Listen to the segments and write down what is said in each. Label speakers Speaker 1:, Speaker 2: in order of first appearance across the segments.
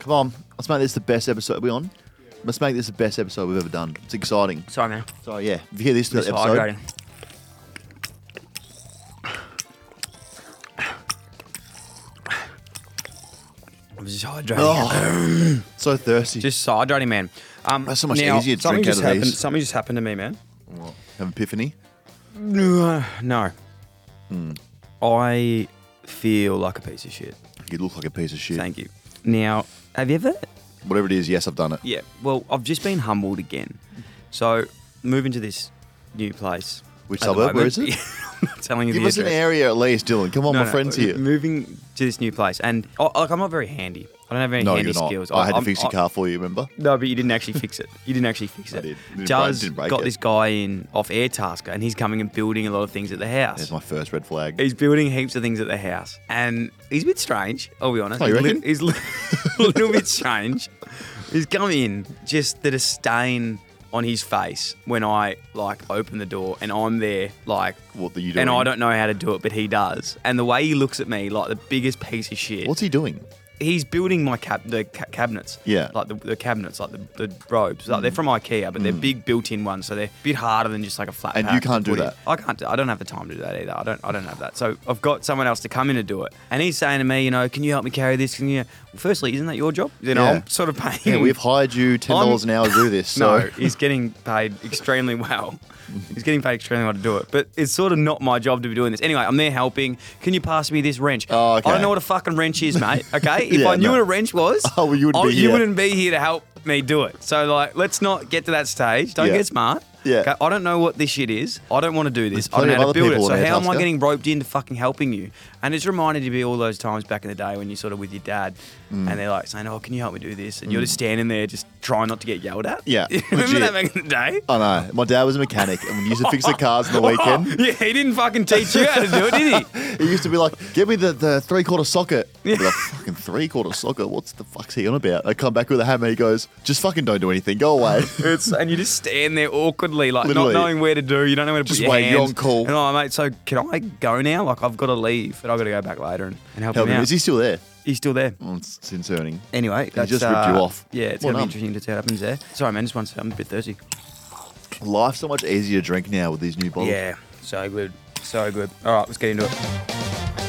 Speaker 1: Come on, let's make this the best episode we're on. Let's make this the best episode we've ever done. It's exciting.
Speaker 2: Sorry, man.
Speaker 1: So yeah, if you hear this
Speaker 2: It's
Speaker 1: episode,
Speaker 2: hydrating. I'm just hydrating.
Speaker 1: oh, so thirsty.
Speaker 2: Just hydrating, man. Um,
Speaker 1: That's so much
Speaker 2: now,
Speaker 1: easier to
Speaker 3: Something
Speaker 1: drink out
Speaker 3: just
Speaker 1: of
Speaker 3: happened.
Speaker 1: these.
Speaker 3: Something just happened to me, man.
Speaker 1: What? Have an epiphany.
Speaker 2: No.
Speaker 1: Hmm.
Speaker 2: I feel like a piece of shit.
Speaker 1: You look like a piece of shit.
Speaker 2: Thank you. Now, have you ever
Speaker 1: Whatever it is, yes, I've done it.
Speaker 2: Yeah. Well, I've just been humbled again. So moving to this new place.
Speaker 1: Which
Speaker 2: at the
Speaker 1: suburb? Where is
Speaker 2: moment-
Speaker 1: it?
Speaker 2: I'm not telling you
Speaker 1: Give
Speaker 2: the
Speaker 1: us an
Speaker 2: address.
Speaker 1: area at least, Dylan. Come on,
Speaker 2: No, uh,
Speaker 1: my
Speaker 2: no,
Speaker 1: friend's here.
Speaker 2: Moving to this new place, and oh, like I'm not very handy. I don't have any
Speaker 1: No,
Speaker 2: handy
Speaker 1: you're not.
Speaker 2: skills.
Speaker 1: I had
Speaker 2: I'm-
Speaker 1: to fix
Speaker 2: I-
Speaker 1: your car for you. Remember?
Speaker 2: No, but you didn't actually fix it. You didn't actually fix
Speaker 1: I
Speaker 2: it.
Speaker 1: did. Didn't break-
Speaker 2: Jazz
Speaker 1: didn't break
Speaker 2: got
Speaker 1: it.
Speaker 2: this guy in off Airtasker, and he's coming and building a lot of things at the house.
Speaker 1: There's my first red flag.
Speaker 2: He's building heaps of things at the house, and he's a bit strange. I'll be honest.
Speaker 1: Oh, you
Speaker 2: He's li-
Speaker 1: reckon?
Speaker 2: he's li- a little bit strange. He's come in just the disdain on his face when I like open the door and I'm there like
Speaker 1: What are you
Speaker 2: And
Speaker 1: doing?
Speaker 2: I don't know how to do it, but he does. And the way he looks at me, like the biggest piece of shit.
Speaker 1: What's he doing?
Speaker 2: he's building my cab the ca- cabinets.
Speaker 1: Yeah. Mm.
Speaker 2: like the, the cabinets, like the, the robes. Like they're from IKEA, but they're big built-in ones, so they're a bit harder than just like a flat.
Speaker 1: And
Speaker 2: pack
Speaker 1: you can't
Speaker 2: to
Speaker 1: do
Speaker 2: put in.
Speaker 1: that.
Speaker 2: I can't. do- I don't have the time to do that either. I don't. I don't have that. So I've got someone else to come in and do it. And he's saying to me, you know, can you help me carry this? Can you? Well, firstly, isn't that your job? You know,
Speaker 1: Yeah.
Speaker 2: I'm sort of paying.
Speaker 1: Yeah, we've hired you ten dollars
Speaker 2: I'm-
Speaker 1: an hour to do this. So.
Speaker 2: No, he's getting paid extremely well. He's getting paid extremely well to do it, but it's sort of not my job to be doing this. Anyway, I'm there helping. Can you pass me this wrench?
Speaker 1: Oh, okay.
Speaker 2: I don't know what a fucking wrench is, mate. Okay, if
Speaker 1: Yeah,
Speaker 2: I knew
Speaker 1: no.
Speaker 2: what a wrench was,
Speaker 1: Oh, well, you wouldn't
Speaker 2: I-
Speaker 1: be here.
Speaker 2: wouldn't be here to help me do it. So, like, let's not get to that stage. Don't
Speaker 1: Yeah.
Speaker 2: get smart.
Speaker 1: Yeah.
Speaker 2: Okay, I don't know what this shit is. I don't want to do this.
Speaker 1: There's
Speaker 2: I don't
Speaker 1: plenty
Speaker 2: know how
Speaker 1: of other
Speaker 2: to build it.
Speaker 1: people
Speaker 2: So
Speaker 1: on
Speaker 2: how am I
Speaker 1: Airtasker.
Speaker 2: getting roped into fucking helping you? And it's reminded me of all those times back in the day when you sort of with your dad,
Speaker 1: Mm.
Speaker 2: and they're like saying, "Oh, can you help me do this?" And you're just standing there, just trying not to get yelled at.
Speaker 1: Yeah,
Speaker 2: Remember
Speaker 1: legit.
Speaker 2: that back in the day?
Speaker 1: I know. My dad was a mechanic and we used to fix the cars on the weekend.
Speaker 2: yeah, he didn't fucking teach you how to do it, did he?
Speaker 1: He used to be like, "Give me the, the three quarter socket." I'd be like, fucking three quarter socket. What's the fuck's he on about? I come back with a hammer. He goes, "Just fucking don't do anything. Go away."
Speaker 2: It's, and you just stand there awkwardly, like
Speaker 1: Literally.
Speaker 2: not knowing where to do. You don't know where to
Speaker 1: Just
Speaker 2: put your
Speaker 1: wait,
Speaker 2: hands.
Speaker 1: you're on call.
Speaker 2: And I'm like, mate, so can I go now? Like I've got to leave, but I've got to go back later and, and help,
Speaker 1: Help
Speaker 2: him
Speaker 1: him.
Speaker 2: out.
Speaker 1: Is he still there?
Speaker 2: He's still there.
Speaker 1: Oh, it's concerning.
Speaker 2: Anyway, that's,
Speaker 1: just ripped you
Speaker 2: uh,
Speaker 1: off.
Speaker 2: Yeah, it's
Speaker 1: Well
Speaker 2: gonna be
Speaker 1: done.
Speaker 2: interesting to see what happens there. Sorry, man, just one. sec, I'm a bit thirsty.
Speaker 1: Life's so much easier to drink now with these new bottles.
Speaker 2: Yeah, so good, so good. All right, let's get into it.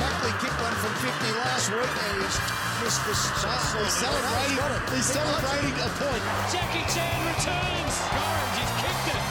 Speaker 4: Buckley kicked one from 50 last week and he's missed the shot. He's celebrating, he's celebrating a point.
Speaker 5: Jackie Chan returns. Orange has kicked it.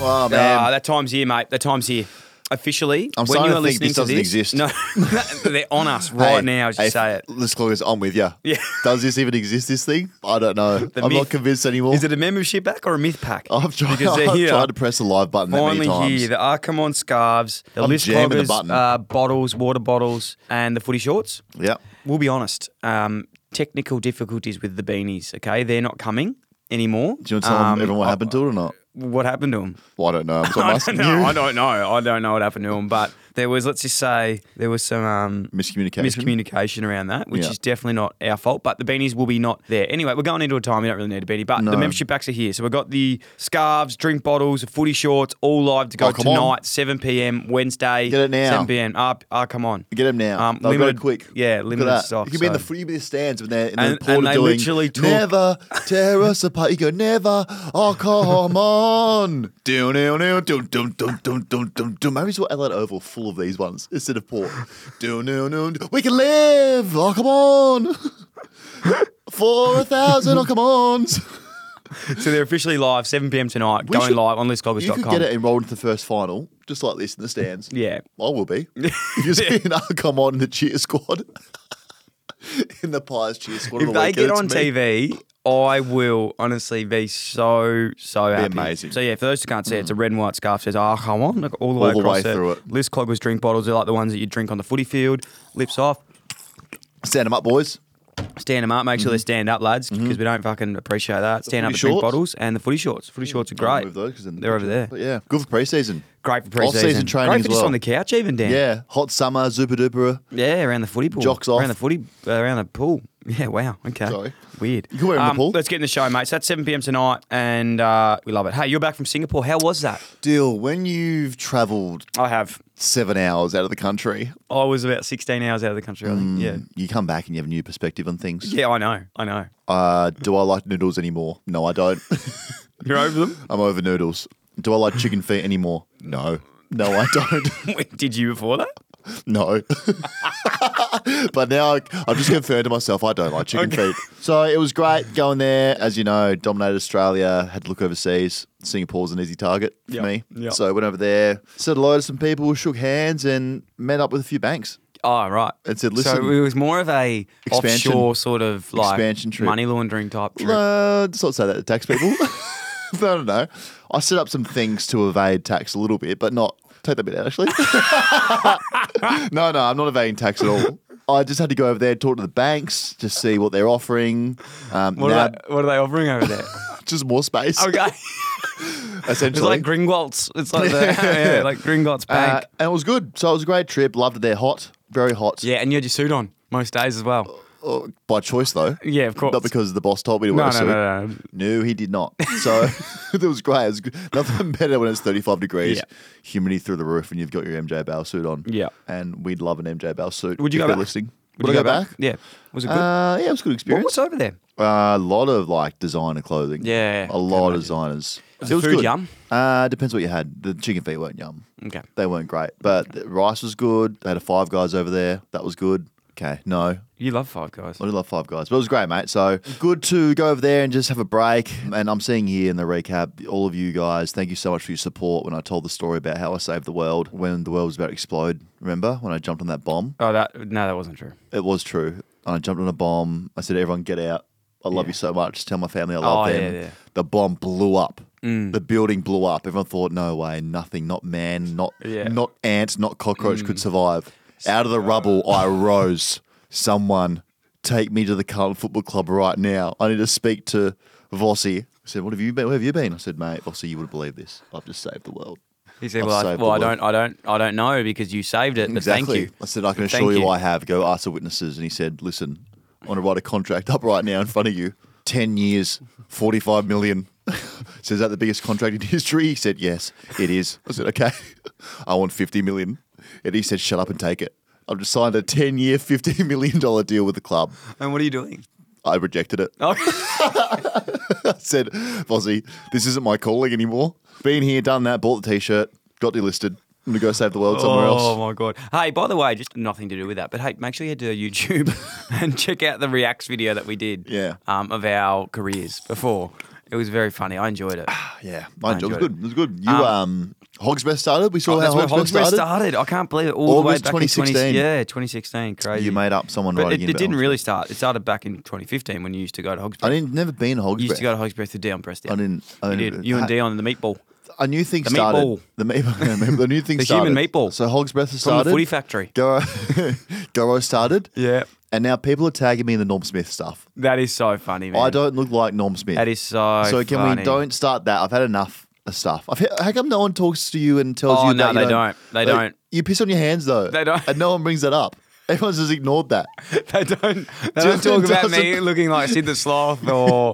Speaker 1: Oh man.
Speaker 2: Ah, that time's here, mate. That time's here. Officially,
Speaker 1: I'm
Speaker 2: when
Speaker 1: starting
Speaker 2: you are
Speaker 1: to think
Speaker 2: listening
Speaker 1: this
Speaker 2: to
Speaker 1: doesn't
Speaker 2: this,
Speaker 1: exist.
Speaker 2: No, they're on us right
Speaker 1: Hey,
Speaker 2: now as you
Speaker 1: hey,
Speaker 2: say it.
Speaker 1: Disclosures, I'm with you.
Speaker 2: Yeah.
Speaker 1: Does this even exist? This thing? I don't know. I'm
Speaker 2: myth-
Speaker 1: not convinced anymore.
Speaker 2: Is it a membership pack or a myth pack?
Speaker 1: I've tried.
Speaker 2: Because they're
Speaker 1: I've
Speaker 2: here.
Speaker 1: tried to press the live button that many
Speaker 2: Finally
Speaker 1: times.
Speaker 2: here, the Arcamon scarves, the
Speaker 1: I'm
Speaker 2: list
Speaker 1: jamming the
Speaker 2: cloggers,
Speaker 1: button.
Speaker 2: uh, bottles, water bottles, and the footy shorts.
Speaker 1: Yep.
Speaker 2: We'll be honest. Um, technical difficulties with the beanies. Okay, they're not coming anymore.
Speaker 1: Do you want to tell
Speaker 2: Um,
Speaker 1: everyone what
Speaker 2: I-
Speaker 1: happened to it or not?
Speaker 2: What happened to them?
Speaker 1: Well, I don't know. I'm, so I'm
Speaker 2: I
Speaker 1: asking
Speaker 2: don't
Speaker 1: you.
Speaker 2: know. I don't know. I don't know what happened to him, but there was, let's just say, there was some um,
Speaker 1: Miscommunication.
Speaker 2: miscommunication around that, which
Speaker 1: Yeah.
Speaker 2: is definitely not our fault. But the beanies will be not there anyway. We're going into a time we don't really need a beanie, but
Speaker 1: No.
Speaker 2: the membership packs are here. So we've got the scarves, drink bottles, footy shorts, all live to go
Speaker 1: Oh, come on.
Speaker 2: tonight, 7 p.m. Wednesday.
Speaker 1: Get it now.
Speaker 2: 7 p.m. Ah, ah, come on.
Speaker 1: Get them now.
Speaker 2: Um,
Speaker 1: They'll go
Speaker 2: limited-
Speaker 1: quick. Look
Speaker 2: yeah,
Speaker 1: at
Speaker 2: limited
Speaker 1: that.
Speaker 2: stock,
Speaker 1: You can be in the
Speaker 2: so-
Speaker 1: free, you can be in the stands, but they're in
Speaker 2: And-
Speaker 1: the porter
Speaker 2: and they
Speaker 1: doing.
Speaker 2: literally took-
Speaker 1: never tear us apart. You go never. Oh come on. Do do do do do do do do do do. Maybe it's what Adelaide Oval full of these ones instead of port. Do do do. do. We can live. Oh come on. For a thousand. Oh come on.
Speaker 2: So they're officially live, 7 p.m. tonight,
Speaker 1: We
Speaker 2: going
Speaker 1: should-
Speaker 2: live on
Speaker 1: You could
Speaker 2: listcoggers.com.
Speaker 1: get it enrolled into the first final, just like this in the stands.
Speaker 2: Yeah.
Speaker 1: I will be. If you're seeing I'll come on in the cheer squad. in the Pies cheer squad.
Speaker 2: If
Speaker 1: on the
Speaker 2: they
Speaker 1: weekend,
Speaker 2: get
Speaker 1: it's
Speaker 2: on
Speaker 1: me.
Speaker 2: TV, I will honestly be so so happy.
Speaker 1: amazing.
Speaker 2: So yeah, for those who can't see, it, it's a red and white scarf. Says "Ah, come on!" Look, all the way
Speaker 1: the
Speaker 2: across
Speaker 1: way
Speaker 2: there.
Speaker 1: through it.
Speaker 2: List cloggers drink bottles. They're like the ones that you drink on the footy field. Lips off.
Speaker 1: Stand them up, boys.
Speaker 2: Stand them up. Make sure they stand up, lads, because we don't fucking appreciate that. Stand up
Speaker 1: Mm-hmm. footy
Speaker 2: and drink
Speaker 1: shorts.
Speaker 2: bottles and the footy shorts. Footy shorts are
Speaker 1: I'll
Speaker 2: great.
Speaker 1: move those 'cause in the
Speaker 2: They're over
Speaker 1: picture.
Speaker 2: there.
Speaker 1: But yeah, good for preseason.
Speaker 2: Great for preseason.
Speaker 1: Off-season training
Speaker 2: Great for
Speaker 1: as
Speaker 2: just
Speaker 1: well.
Speaker 2: on the couch, even Dan.
Speaker 1: Yeah, hot summer, zupa duper.
Speaker 2: Yeah, around the footy pool.
Speaker 1: Jocks off.
Speaker 2: Around the footy, around the pool. Yeah, wow. Okay.
Speaker 1: Sorry.
Speaker 2: Weird. Um,
Speaker 1: You can wear 'em in the pool.
Speaker 2: Let's get in the show, mate. So that's 7 p.m. tonight, and uh, we love it. Hey, you're back from Singapore. How was that?
Speaker 1: Dill, when you've travelled
Speaker 2: I have.
Speaker 1: seven hours out of the country,
Speaker 2: I was about 16 hours out of the country, I think. Yeah.
Speaker 1: you come back and you have a new perspective on things.
Speaker 2: Yeah, I know. I know.
Speaker 1: Uh, do I like noodles anymore? No, I don't.
Speaker 2: You're over them?
Speaker 1: I'm over noodles. Do I like chicken feet anymore? No. No, I don't.
Speaker 2: Did you before that?
Speaker 1: no. but now I, I've just confirmed to myself I don't like chicken feet. So it was great going there. As you know, dominated Australia, had to look overseas. Singapore's an easy target for
Speaker 2: Yep,
Speaker 1: me.
Speaker 2: yep.
Speaker 1: So I went over there, said hello to some people, shook hands, and met up with a few banks.
Speaker 2: Oh, right.
Speaker 1: It said,
Speaker 2: so
Speaker 1: listen-
Speaker 2: it was more of a
Speaker 1: Expansion-
Speaker 2: offshore sort of like
Speaker 1: expansion trip.
Speaker 2: money laundering type trip.
Speaker 1: Uh, let's not say that to tax people. no, no, no. I set up some things to evade tax a little bit, but not take that bit out actually. no, no, I'm not evading tax at all. I just had to go over there, talk to the banks, just see what they're offering. Um,
Speaker 2: What,
Speaker 1: now,
Speaker 2: are they, what are they offering over there?
Speaker 1: just more space,
Speaker 2: okay. It's
Speaker 1: essentially.
Speaker 2: like Gringotts. It's like the, yeah, like Gringotts
Speaker 1: uh,
Speaker 2: Bank.
Speaker 1: and it was good. So it was a great trip. Loved it. They're hot, very hot.
Speaker 2: yeah, and you had your suit on most days as well.
Speaker 1: Oh, by choice though.
Speaker 2: Yeah, of course.
Speaker 1: Not because the boss told me to wear
Speaker 2: No,
Speaker 1: a
Speaker 2: no,
Speaker 1: suit.
Speaker 2: no, no.
Speaker 1: No, he did not. So it was great. It was good. nothing better when it's 35 degrees,
Speaker 2: Yeah.
Speaker 1: humidity through the roof, and you've got your MJ Bale suit on.
Speaker 2: Yeah.
Speaker 1: And we'd love an MJ Bale suit.
Speaker 2: Would you
Speaker 1: if
Speaker 2: go
Speaker 1: they're
Speaker 2: back?
Speaker 1: Listening.
Speaker 2: Would you
Speaker 1: I go, back?
Speaker 2: Yeah. Was it good?
Speaker 1: Uh, yeah, it was a good
Speaker 2: what
Speaker 1: experience.
Speaker 2: was over there?
Speaker 1: Uh, a lot of like designer clothing.
Speaker 2: Yeah,
Speaker 1: A
Speaker 2: can
Speaker 1: lot of
Speaker 2: imagine.
Speaker 1: designers.
Speaker 2: the food yum? Mm.
Speaker 1: Uh, depends what you had. The chicken feet weren't yum.
Speaker 2: Okay.
Speaker 1: They weren't great, but the rice was good. They had a Five Guys over there. That was good. Okay. No,
Speaker 2: You love Five Guys.
Speaker 1: I do love Five Guys, but it was great, mate. So good to go over there and just have a break. And I'm seeing here in the recap, all of you guys, thank you so much for your support when I told the story about how I saved the world when the world was about to explode. Remember when I jumped on that bomb?
Speaker 2: Oh, that no, that wasn't true.
Speaker 1: It was true. I jumped on a bomb. I said, everyone get out. I love you so much. Tell my family I love
Speaker 2: Oh,
Speaker 1: them.
Speaker 2: yeah, Mm. yeah.
Speaker 1: The bomb blew up. The building blew up. Everyone thought, no way, nothing, not man, not
Speaker 2: Yeah. Mm.
Speaker 1: not ant, not cockroach could survive. Out of the rubble,
Speaker 2: Uh.
Speaker 1: I rose. Someone take me to the Carlton Football Club right now. I need to speak to Vossi. I said, what have you been? Where have you been? I said, mate, Vossi, you would believe this. I've just saved the world.
Speaker 2: He said,
Speaker 1: I've
Speaker 2: "Well, I,
Speaker 1: saved
Speaker 2: well,
Speaker 1: the
Speaker 2: I
Speaker 1: world.
Speaker 2: don't, I don't, I don't know because you saved it, but
Speaker 1: Exactly.
Speaker 2: thank
Speaker 1: I
Speaker 2: you."
Speaker 1: said, I can
Speaker 2: But
Speaker 1: assure
Speaker 2: thank
Speaker 1: you,
Speaker 2: you.
Speaker 1: I have. Go ask the witnesses. And he said, listen, I want to write a contract up right now in front of you. 10 years, 45 million. Says, is that the biggest contract in history? He said, yes, it is. I said, okay, I want 50 million. And he said, shut up and take it. I've just signed a 10 year, $15 million deal with the club.
Speaker 2: And what are you doing?
Speaker 1: I rejected it.
Speaker 2: Oh,
Speaker 1: said, Fozzie, this isn't my calling anymore. Been here, done that, bought the t shirt, got delisted. I'm going to go save the world somewhere
Speaker 2: oh
Speaker 1: else.
Speaker 2: my god! Hey, by the way, just nothing to do with that, but hey, make sure you head to YouTube and check out the reacts video that we did.
Speaker 1: Yeah.
Speaker 2: Um, of our careers before, it was very funny. I enjoyed it.
Speaker 1: Yeah, my job was
Speaker 2: enjoyed Oh,
Speaker 1: good. It was good. You um, Hogsbeth started. We saw
Speaker 2: that's
Speaker 1: how
Speaker 2: where
Speaker 1: Hogsbeth,
Speaker 2: Hogsbreath started.
Speaker 1: started.
Speaker 2: I can't believe it. All
Speaker 1: August
Speaker 2: the way back
Speaker 1: 2016.
Speaker 2: in 20, yeah, 2016. Crazy.
Speaker 1: You made up someone
Speaker 2: But
Speaker 1: writing
Speaker 2: it,
Speaker 1: in
Speaker 2: it
Speaker 1: about
Speaker 2: didn't
Speaker 1: Hogsbreath.
Speaker 2: really start. It started back in 2015 when you used to go to Hogsbreath.
Speaker 1: I didn't never been to Hogsbreath.
Speaker 2: You used to go to Hogsbreath to Dion Press.
Speaker 1: I didn't. I
Speaker 2: You
Speaker 1: didn't-
Speaker 2: did. You and Dion and the meatball.
Speaker 1: A new thing
Speaker 2: The
Speaker 1: started.
Speaker 2: meatball.
Speaker 1: The meatball. the new thing
Speaker 2: The
Speaker 1: started.
Speaker 2: human meatball.
Speaker 1: So Hogsbreath has
Speaker 2: From the
Speaker 1: started.
Speaker 2: Footy Factory.
Speaker 1: Goro, Goro started.
Speaker 2: Yeah.
Speaker 1: And now people are tagging me in the Norm Smith stuff.
Speaker 2: That is so funny, man.
Speaker 1: I don't look like Norm Smith.
Speaker 2: That is so.
Speaker 1: So can
Speaker 2: funny.
Speaker 1: we don't start that? I've had enough of stuff. I've, he- how come no one talks to you and tells
Speaker 2: Oh,
Speaker 1: you
Speaker 2: no,
Speaker 1: that?
Speaker 2: they
Speaker 1: you
Speaker 2: don't. They
Speaker 1: Like,
Speaker 2: don't.
Speaker 1: You piss on your hands though.
Speaker 2: They don't.
Speaker 1: And no one brings that up. Everyone's just ignored that.
Speaker 2: They don't. They don't
Speaker 1: Dylan
Speaker 2: talk about me
Speaker 1: doesn't-
Speaker 2: looking like Sid the Sloth or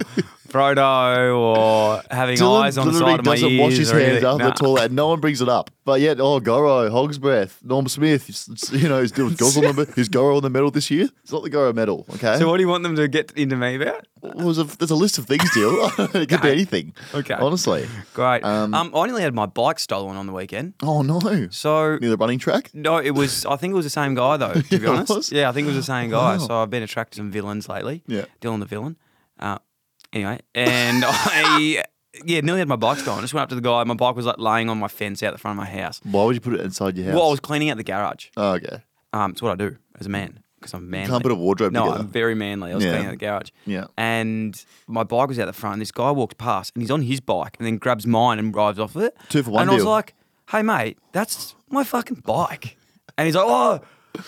Speaker 2: Frodo or having
Speaker 1: Dylan
Speaker 2: eyes on the
Speaker 1: literally
Speaker 2: side of my
Speaker 1: doesn't
Speaker 2: ears.
Speaker 1: wash his
Speaker 2: or
Speaker 1: hands
Speaker 2: anything.
Speaker 1: after
Speaker 2: Nah.
Speaker 1: it's all that. No one brings it up. But yet, oh, Goro, Hogsbreath, Norm Smith, it's- it's- you know, his, his, Goro on the, his Goro on the medal this year. It's not the Goro medal, okay?
Speaker 2: So what do you want them to get into me about?
Speaker 1: What was a, there's a list of things, deal. it could be anything.
Speaker 2: Okay.
Speaker 1: Honestly.
Speaker 2: Great.
Speaker 1: Um,
Speaker 2: Um, I only had my bike stolen on the weekend.
Speaker 1: Oh, no.
Speaker 2: So
Speaker 1: Near the running track?
Speaker 2: no, it was. I think it was the same guy though. To be
Speaker 1: it
Speaker 2: honest,
Speaker 1: was?
Speaker 2: yeah, I think it was the same guy.
Speaker 1: Wow.
Speaker 2: So I've been attracted to some villains lately.
Speaker 1: Yeah.
Speaker 2: Dylan the villain. Uh, anyway, and I yeah nearly had my bike stolen. I just went up to the guy. My bike was like laying on my fence out the front of my house.
Speaker 1: Why would you put it inside your house?
Speaker 2: Well, I was cleaning out the garage.
Speaker 1: oh, okay.
Speaker 2: Um, it's what I do as a man because I'm manly.
Speaker 1: put a wardrobe
Speaker 2: No,
Speaker 1: together.
Speaker 2: I'm very manly. I was
Speaker 1: Yeah.
Speaker 2: cleaning out the garage.
Speaker 1: Yeah.
Speaker 2: And my bike was out the front. And this guy walks past and he's on his bike and then grabs mine and rides off with it.
Speaker 1: Two for one
Speaker 2: And I was
Speaker 1: deal.
Speaker 2: like, "Hey, mate, that's my fucking bike." And he's like, "Oh."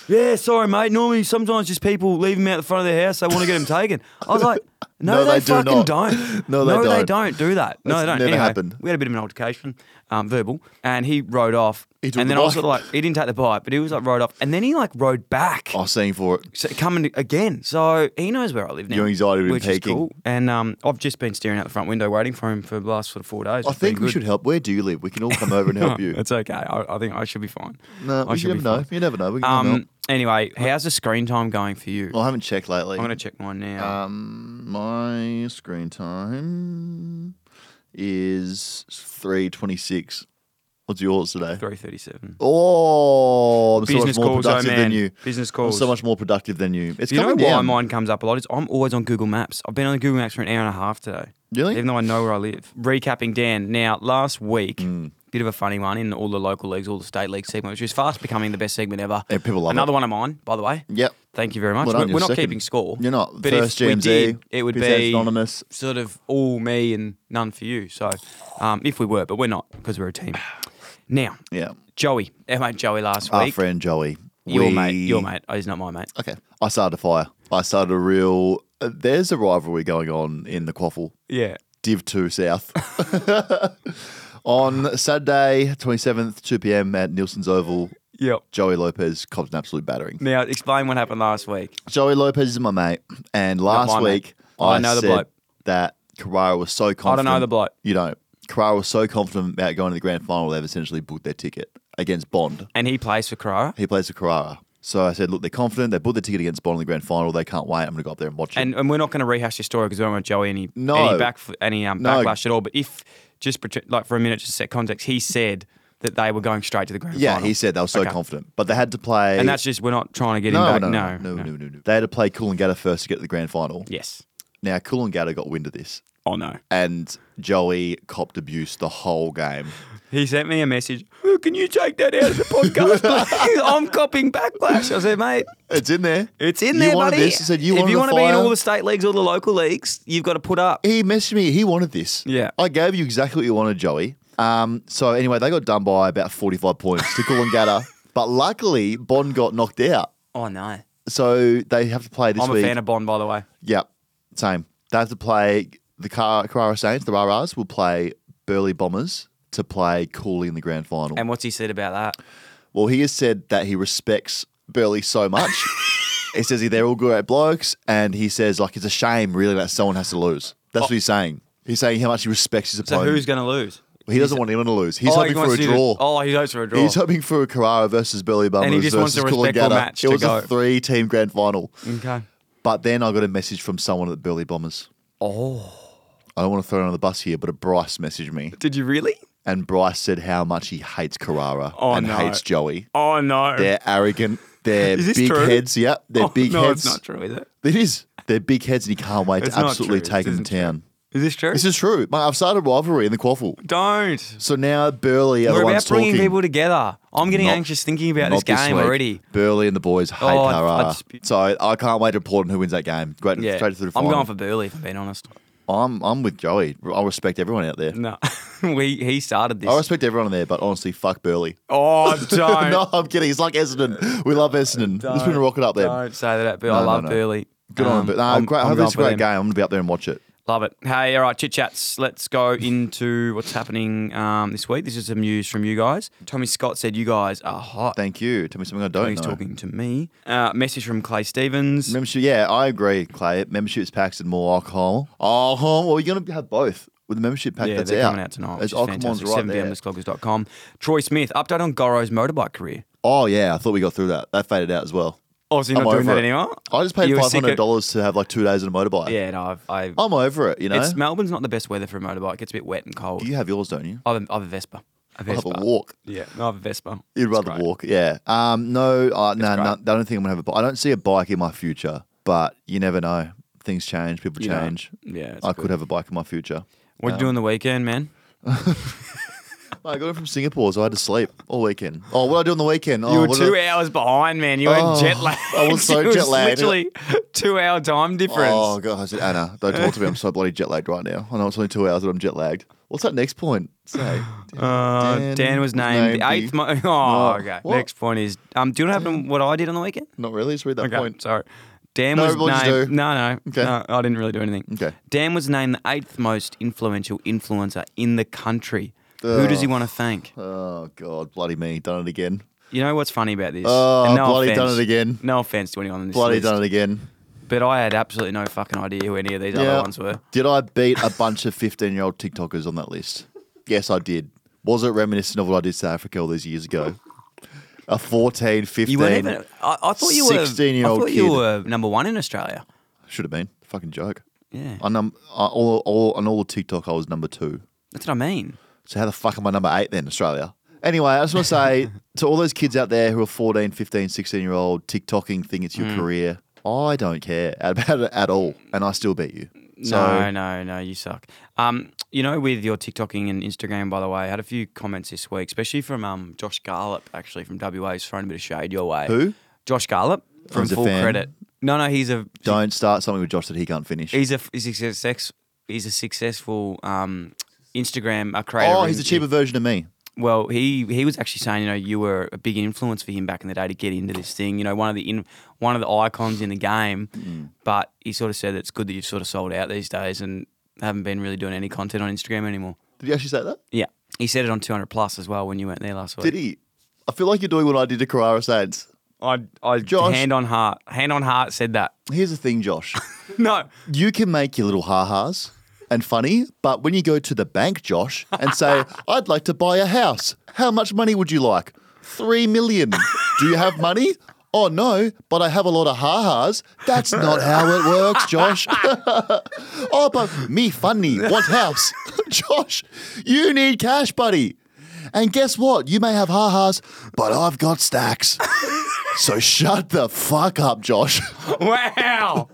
Speaker 2: Yeah, sorry, mate. Normally, sometimes just people leave them out the front of their house. They want to get them taken. I was like, No,
Speaker 1: No,
Speaker 2: they,
Speaker 1: they do
Speaker 2: fucking
Speaker 1: not.
Speaker 2: don't.
Speaker 1: No, they
Speaker 2: they
Speaker 1: don't.
Speaker 2: don't do that. No,
Speaker 1: That's
Speaker 2: they don't.
Speaker 1: never
Speaker 2: anyway,
Speaker 1: happened.
Speaker 2: We had a bit of an altercation, um, verbal, and he rode off.
Speaker 1: He took
Speaker 2: and
Speaker 1: the
Speaker 2: then I was
Speaker 1: bike.
Speaker 2: sort of like, he didn't take the bike, but he was like, rode off. And then he like rode back,
Speaker 1: I was seeing for it.
Speaker 2: so, coming again. So he knows where I live now.
Speaker 1: Your anxiety been
Speaker 2: which
Speaker 1: peaking.
Speaker 2: Is cool. And um, I've just been staring out the front window waiting for him for the last sort of four days.
Speaker 1: I
Speaker 2: It's been
Speaker 1: think we
Speaker 2: good.
Speaker 1: should help. Where do you live? We can all come over and help
Speaker 2: No,
Speaker 1: you.
Speaker 2: It's okay. I, I think I should be fine.
Speaker 1: No,
Speaker 2: I
Speaker 1: we you
Speaker 2: should be
Speaker 1: never know.
Speaker 2: fine.
Speaker 1: You never know. We can help.
Speaker 2: Um, anyway, how's the screen time going for you?
Speaker 1: I haven't checked lately.
Speaker 2: I'm going to check mine now.
Speaker 1: Um, my screen time is three twenty-six. What's yours today?
Speaker 2: 337.
Speaker 1: Oh, I'm
Speaker 2: Business
Speaker 1: so much more
Speaker 2: calls, oh,
Speaker 1: productive
Speaker 2: man.
Speaker 1: than you.
Speaker 2: Business
Speaker 1: I'm
Speaker 2: calls.
Speaker 1: so much more productive than you. It's
Speaker 2: Do you know
Speaker 1: coming
Speaker 2: why
Speaker 1: down.
Speaker 2: mine comes up a lot? Is I'm always on Google Maps. I've been on Google Maps for an hour and a half today.
Speaker 1: Really?
Speaker 2: Even though I know where I live. Recapping, Dan. Now, last week,
Speaker 1: Hmm.
Speaker 2: bit of a funny one in all the local leagues, all the state league segment, which is fast becoming the best segment ever.
Speaker 1: Yeah, people love
Speaker 2: Another
Speaker 1: it.
Speaker 2: one of mine, by the way.
Speaker 1: Yep.
Speaker 2: Thank you very much.
Speaker 1: Well done,
Speaker 2: we're
Speaker 1: you're
Speaker 2: we're not
Speaker 1: second.
Speaker 2: keeping score.
Speaker 1: You're not.
Speaker 2: But
Speaker 1: First
Speaker 2: if we
Speaker 1: GMZ,
Speaker 2: did, it would
Speaker 1: Presents
Speaker 2: be
Speaker 1: Anonymous.
Speaker 2: sort of all me and none for you. So, um, if we were, but we're not because we're a team. Now,
Speaker 1: Yeah.
Speaker 2: Joey, our mate Joey last
Speaker 1: Our
Speaker 2: week.
Speaker 1: friend Joey.
Speaker 2: Your
Speaker 1: we-
Speaker 2: mate, your mate. Oh, he's not my mate.
Speaker 1: Okay. I started a fire. I started a real. uh, There's a rivalry going on in the quaffle.
Speaker 2: Yeah.
Speaker 1: Div 2 South. On Saturday, 27th, 2 p.m. at Nielsen's Oval,
Speaker 2: Yep.
Speaker 1: Joey Lopez cops an absolute battering.
Speaker 2: Now, explain what happened last week.
Speaker 1: Joey Lopez is my mate, and last
Speaker 2: my mate.
Speaker 1: week
Speaker 2: I
Speaker 1: I,
Speaker 2: know the
Speaker 1: said
Speaker 2: bloke.
Speaker 1: that Carrara was so confident.
Speaker 2: know the bloke.
Speaker 1: You know, Carrara was so confident about going to the grand final, they've essentially booked their ticket against Bond.
Speaker 2: And he plays for Carrara.
Speaker 1: He plays for Carrara. So I said, look, they're confident. They booked their ticket against Bond in the grand final. They can't wait. I'm going to go up there and watch it.
Speaker 2: And, and we're not going to rehash your story because we don't want Joey any
Speaker 1: No.
Speaker 2: any, back, any um,
Speaker 1: No.
Speaker 2: backlash at all. But if just pretend, like for a minute, just to set context, he said that they were going straight to the grand
Speaker 1: yeah,
Speaker 2: final.
Speaker 1: he said they were so
Speaker 2: Okay.
Speaker 1: confident. But they had to play.
Speaker 2: And that's just we're not trying to get
Speaker 1: no,
Speaker 2: him
Speaker 1: no,
Speaker 2: back.
Speaker 1: no,
Speaker 2: no,
Speaker 1: no, no, no, no. They had to play Coolangatta first to get to the grand final.
Speaker 2: Yes.
Speaker 1: Now, Coolangatta got wind of this,
Speaker 2: Oh no.
Speaker 1: and Joey copped abuse the whole game.
Speaker 2: He sent me a message. "Oh, Can you take that out of the podcast? please? I'm copying backlash. I said, mate,
Speaker 1: It's in there.
Speaker 2: it's in
Speaker 1: You
Speaker 2: there,
Speaker 1: wanted
Speaker 2: buddy.
Speaker 1: This. You said you
Speaker 2: if
Speaker 1: wanted
Speaker 2: you
Speaker 1: the
Speaker 2: want to be in
Speaker 1: fire.
Speaker 2: all the state leagues, all the local leagues, you've got to put up.
Speaker 1: he messaged me. He wanted this.
Speaker 2: Yeah.
Speaker 1: I gave you exactly what you wanted, Joey. Um, so anyway, they got done by about 45 points to Coolangatta. but luckily, Bond got knocked out.
Speaker 2: Oh no.
Speaker 1: So they have to play this
Speaker 2: I'm
Speaker 1: week.
Speaker 2: a fan of Bond, by the way.
Speaker 1: Yep, same. They have to play the Car- Carrara Saints, the Raras, will play Burley Bombers to play Cooley in the grand final.
Speaker 2: And what's he said about that?
Speaker 1: Well, he has said that he respects Burley so much. he says he- they're all good at blokes, and he says like it's a shame really that someone has to lose. That's what he's saying. He's saying how much he respects his
Speaker 2: Oh. So
Speaker 1: opponent.
Speaker 2: who's going to lose?
Speaker 1: he doesn't want anyone to lose. He's
Speaker 2: Oh,
Speaker 1: hoping
Speaker 2: he
Speaker 1: for a
Speaker 2: wants you to-
Speaker 1: draw.
Speaker 2: oh, he hopes for a draw.
Speaker 1: He's hoping for a Carrara versus Burley Bombers
Speaker 2: And he just wants
Speaker 1: versus
Speaker 2: a respectful
Speaker 1: Coolangatta.
Speaker 2: match
Speaker 1: It
Speaker 2: to
Speaker 1: was
Speaker 2: go.
Speaker 1: a three-team grand final.
Speaker 2: okay.
Speaker 1: But then I got a message from someone at the Burley Bombers. Oh. I don't want to throw it on the bus here, but a Bryce messaged me.
Speaker 2: Did you really?
Speaker 1: And Bryce said how much he hates Carrara
Speaker 2: Oh,
Speaker 1: and
Speaker 2: no.
Speaker 1: hates Joey.
Speaker 2: Oh no.
Speaker 1: They're arrogant. They're
Speaker 2: Is this
Speaker 1: big
Speaker 2: true?
Speaker 1: heads. Yeah, they're
Speaker 2: Oh,
Speaker 1: big
Speaker 2: no,
Speaker 1: heads.
Speaker 2: it's not true, is it?
Speaker 1: It is. They're big heads, and he can't wait
Speaker 2: It's
Speaker 1: to
Speaker 2: not
Speaker 1: absolutely
Speaker 2: true.
Speaker 1: take
Speaker 2: This
Speaker 1: them to
Speaker 2: isn't
Speaker 1: town.
Speaker 2: Is this true?
Speaker 1: This is true. Mate, I've started a rivalry in the quaffle.
Speaker 2: Don't.
Speaker 1: So now Burley are
Speaker 2: We're
Speaker 1: the
Speaker 2: about
Speaker 1: ones
Speaker 2: bringing
Speaker 1: talking.
Speaker 2: people together. I'm getting
Speaker 1: Not-
Speaker 2: anxious thinking about this
Speaker 1: Not
Speaker 2: game
Speaker 1: week.
Speaker 2: already.
Speaker 1: Burley and the boys hate
Speaker 2: Oh, I'd-
Speaker 1: Carrara.
Speaker 2: I'd sp-
Speaker 1: So I can't wait to report on who wins that game. Great,
Speaker 2: Yeah.
Speaker 1: straight through the
Speaker 2: I'm
Speaker 1: final.
Speaker 2: going for Burley, if I'm being honest.
Speaker 1: I'm I'm with Joey. I respect everyone out there.
Speaker 2: No. we he started this.
Speaker 1: I respect everyone there, but honestly, fuck Burley.
Speaker 2: oh, don't.
Speaker 1: no, I'm kidding. He's like Essendon. We love Essendon. Let's bring a rocket up there.
Speaker 2: Don't say that, Bill. I
Speaker 1: No, no,
Speaker 2: love
Speaker 1: no.
Speaker 2: Burley.
Speaker 1: Good on him.
Speaker 2: Um,
Speaker 1: But, nah,
Speaker 2: I'm-
Speaker 1: great. I
Speaker 2: I'm
Speaker 1: hope
Speaker 2: going
Speaker 1: it's a
Speaker 2: for
Speaker 1: great
Speaker 2: them.
Speaker 1: game. I'm going to be up there and watch it.
Speaker 2: Love it. Hey, all right, chit chats. Let's go into what's happening um, this week. This is some news from you guys. Tommy Scott said you guys are hot.
Speaker 1: Thank you. Tell me something I don't
Speaker 2: He's
Speaker 1: know.
Speaker 2: talking to me. Uh, message from Clay Stevens.
Speaker 1: Membership, yeah, I agree, Clay. Memberships packs and more alcohol. Alcohol. Well, you're gonna have both with the membership pack
Speaker 2: yeah,
Speaker 1: that's
Speaker 2: they're
Speaker 1: out.
Speaker 2: coming out tonight.
Speaker 1: There's
Speaker 2: Which is
Speaker 1: Alcohol's
Speaker 2: fantastic.
Speaker 1: right
Speaker 2: 7
Speaker 1: there.
Speaker 2: p.m. com. Troy Smith, update on Goro's motorbike career.
Speaker 1: Oh yeah, I thought we got through that. That faded out as well.
Speaker 2: Oh, so you're
Speaker 1: I'm
Speaker 2: not doing
Speaker 1: over
Speaker 2: that
Speaker 1: it.
Speaker 2: anymore?
Speaker 1: I just paid
Speaker 2: You were
Speaker 1: five
Speaker 2: sick
Speaker 1: hundred
Speaker 2: of-
Speaker 1: dollars to have like two days in a motorbike.
Speaker 2: Yeah, no, I've. I've
Speaker 1: I'm over it. You know,
Speaker 2: it's Melbourne's not the best weather for a motorbike. It's a bit wet and cold.
Speaker 1: you have yours, don't you?
Speaker 2: I have a, I have a Vespa. A
Speaker 1: I have
Speaker 2: Vespa.
Speaker 1: a walk.
Speaker 2: Yeah, I have a Vespa.
Speaker 1: You'd
Speaker 2: It's
Speaker 1: rather
Speaker 2: great.
Speaker 1: walk. Yeah. Um. No. Uh, no.
Speaker 2: great.
Speaker 1: No. I don't think I'm gonna have a. bi- I don't see a bike in my future. But you never know. Things change. People
Speaker 2: You know,
Speaker 1: change.
Speaker 2: yeah, it's
Speaker 1: I
Speaker 2: good.
Speaker 1: could have a bike in my future.
Speaker 2: What'd you do on the weekend, man?
Speaker 1: I got it from Singapore, so I had to sleep all weekend. Oh, what did I do on the weekend? Oh,
Speaker 2: You were
Speaker 1: what did
Speaker 2: two
Speaker 1: I-
Speaker 2: hours behind, man. You were
Speaker 1: Oh,
Speaker 2: jet lagged.
Speaker 1: I was so
Speaker 2: It
Speaker 1: jet lagged.
Speaker 2: Literally two hour time difference.
Speaker 1: Oh god, I said Anna, don't talk to me. I'm so bloody jet lagged right now. I know it's only two hours, but I'm jet lagged. What's that next point? Say,
Speaker 2: Uh, Dan, was named the eighth. Mo- oh,
Speaker 1: No.
Speaker 2: okay.
Speaker 1: What?
Speaker 2: Next point is, um, do you know what happened? What I did on the weekend?
Speaker 1: Not really. Just read that
Speaker 2: Okay,
Speaker 1: point.
Speaker 2: sorry. Dan
Speaker 1: No,
Speaker 2: was
Speaker 1: what'd you
Speaker 2: named.
Speaker 1: do?
Speaker 2: No, no,
Speaker 1: Okay.
Speaker 2: no, I didn't really do anything.
Speaker 1: Okay.
Speaker 2: Dan was named the eighth most influential influencer in the country. Who does he want to thank?
Speaker 1: Oh God, bloody me, done it again.
Speaker 2: You know what's funny about this?
Speaker 1: Oh,
Speaker 2: And no
Speaker 1: bloody
Speaker 2: offense,
Speaker 1: done it again.
Speaker 2: No offense to anyone on this
Speaker 1: Bloody
Speaker 2: list,
Speaker 1: done it again.
Speaker 2: but I had absolutely no fucking idea who any of these other ones were.
Speaker 1: Did I beat a bunch of 15 year old TikTokers on that list? Yes, I did. Was it reminiscent of what I did to South Africa all these years ago? A 14, 15.
Speaker 2: You weren't even. I, I thought you were.
Speaker 1: 16-year-old
Speaker 2: I thought you
Speaker 1: kid.
Speaker 2: were number one in Australia.
Speaker 1: Should have been. Fucking joke.
Speaker 2: Yeah,
Speaker 1: On, um, on all, all, on all of TikTok, I was number two.
Speaker 2: that's what I mean.
Speaker 1: So how the fuck am I number eight then, Australia? Anyway, I just want to say to all those kids out there who are 14, 15, 16 year old, TikToking, think it's your
Speaker 2: Mm.
Speaker 1: career, I don't care about it at all. And I still beat you. So,
Speaker 2: no, no, no, you suck. Um, you know, with your TikToking and Instagram, by the way, I had a few comments this week, especially from um, Josh Garlop, actually from WA, who's thrown a bit of shade your way.
Speaker 1: Who?
Speaker 2: Josh Garlop from
Speaker 1: He's a
Speaker 2: Full
Speaker 1: fan.
Speaker 2: Credit. No, no, he's a
Speaker 1: don't start something with Josh that he can't finish.
Speaker 2: he's a he's a success he's a successful um, Instagram uh, creator.
Speaker 1: Oh,
Speaker 2: in-
Speaker 1: he's the cheaper version of me.
Speaker 2: Well, he he was actually saying, you know, you were a big influence for him back in the day to get into this thing. You know, one of the in, one of the icons in the game.
Speaker 1: Mm.
Speaker 2: But he sort of said that it's good that you've sort of sold out these days and haven't been really doing any content on Instagram anymore.
Speaker 1: Did he actually say that?
Speaker 2: Yeah, he said it on 200 plus as well when you went there last week.
Speaker 1: Did he? I feel like you're doing what I did to Carrara Sands.
Speaker 2: I, I
Speaker 1: Josh-
Speaker 2: hand on heart, hand on heart said that.
Speaker 1: Here's the thing, Josh.
Speaker 2: no,
Speaker 1: you can make your little ha-has and funny, but when you go to the bank, Josh, and say, I'd like to buy a house, how much money would you like? Three million. Do you have money? Oh no, but I have a lot of ha-has. That's not how it works, Josh. oh, but me funny, what house? Josh, you need cash, buddy. And guess what? You may have ha-has, but I've got stacks. so shut the fuck up, Josh.
Speaker 2: wow,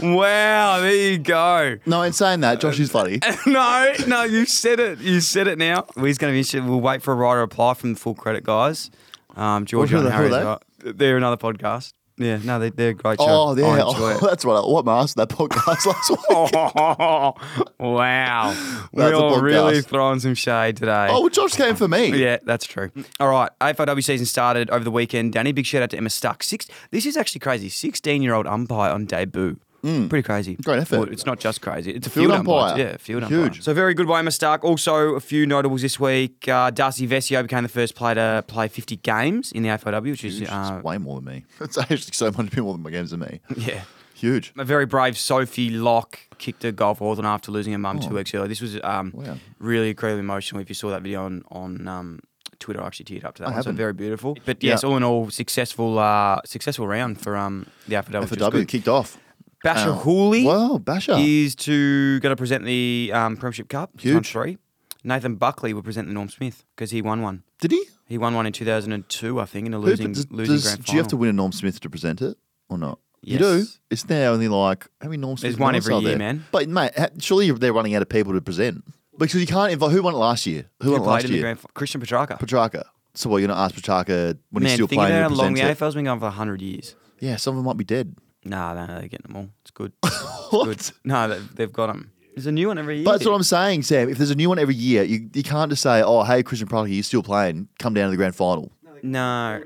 Speaker 2: wow, there you go.
Speaker 1: No, in saying that, Josh is funny.
Speaker 2: no, no, you said it. You said it now. He's going to be interested. We'll wait for a writer reply from the full credit guys. Um, Georgia
Speaker 1: Who
Speaker 2: and
Speaker 1: the hell are
Speaker 2: Harry's
Speaker 1: they?
Speaker 2: right. They're another podcast. Yeah, no, they, they're a great show.
Speaker 1: Oh, yeah.
Speaker 2: I
Speaker 1: Oh,
Speaker 2: enjoy it.
Speaker 1: that's right. I wiped my ass in that podcast last week.
Speaker 2: Oh. wow.
Speaker 1: That's a
Speaker 2: We're
Speaker 1: podcast.
Speaker 2: really throwing some shade today.
Speaker 1: Oh, well, Josh came for me.
Speaker 2: Yeah, that's true. All right, AFLW season started over the weekend. Danny, big shout out to Emma Stuck. Six, this is actually crazy. Sixteen-year-old umpire on debut. Pretty crazy.
Speaker 1: Mm. Great effort.
Speaker 2: it's not just crazy. It's a
Speaker 1: Field
Speaker 2: field, umpire.
Speaker 1: umpire.
Speaker 2: Yeah, field
Speaker 1: Huge.
Speaker 2: umpire. So very good by Emma Stark. Also, a few notables this week. Uh, Darcy Vesio became the first player to play 50 games in the AFLW, which is
Speaker 1: It's
Speaker 2: uh,
Speaker 1: way more than me. It's actually so much more than my games than me.
Speaker 2: yeah.
Speaker 1: Huge.
Speaker 2: A very brave Sophie Locke kicked a golf hole after losing her mum two weeks earlier. This was um,
Speaker 1: Oh. Wow.
Speaker 2: really incredibly emotional. If you saw that video on on um, Twitter, I actually teared up to that. one. So
Speaker 1: haven't.
Speaker 2: very beautiful. But
Speaker 1: Yeah.
Speaker 2: yes, all in all, successful uh, successful round for um, the AFLW.
Speaker 1: For
Speaker 2: which is
Speaker 1: W,
Speaker 2: good.
Speaker 1: kicked off.
Speaker 2: Basher
Speaker 1: Wow.
Speaker 2: Hooley
Speaker 1: Wow, Basher.
Speaker 2: is to going to present the um, Premiership Cup.
Speaker 1: Huge.
Speaker 2: Time three. Nathan Buckley will present the Norm Smith because he won one.
Speaker 1: Did he?
Speaker 2: He won one in 2002, I think, in a
Speaker 1: Who-
Speaker 2: losing
Speaker 1: does-
Speaker 2: losing
Speaker 1: does-
Speaker 2: grand final.
Speaker 1: Do you have to win a Norm Smith to present it or not? You do.
Speaker 2: Yes.
Speaker 1: It's now only like how many Norm Smith?
Speaker 2: one
Speaker 1: medals
Speaker 2: every
Speaker 1: are
Speaker 2: year,
Speaker 1: there?
Speaker 2: man.
Speaker 1: But mate, ha- surely they're running out of people to present because you can't invite. Who won it last year? Who
Speaker 2: Who
Speaker 1: won it
Speaker 2: played
Speaker 1: last
Speaker 2: in the
Speaker 1: year?
Speaker 2: grand fi- Christian Petrarca.
Speaker 1: Petrarca. So what? You're gonna ask Petrarca when he's
Speaker 2: Man,
Speaker 1: still
Speaker 2: think
Speaker 1: playing
Speaker 2: about
Speaker 1: to
Speaker 2: how long
Speaker 1: present
Speaker 2: the
Speaker 1: it?
Speaker 2: AFL's been going for 100 years.
Speaker 1: Yeah, some of them might be dead.
Speaker 2: Nah, no, they're getting them all. It's good.
Speaker 1: What?
Speaker 2: No, they've, they've got them. There's a new one every year.
Speaker 1: But that's what I'm saying, Sam. If there's a new one every year, you, you can't just say, oh, hey, Christian Prodigy, you're still playing. Come down to the grand final.
Speaker 2: No.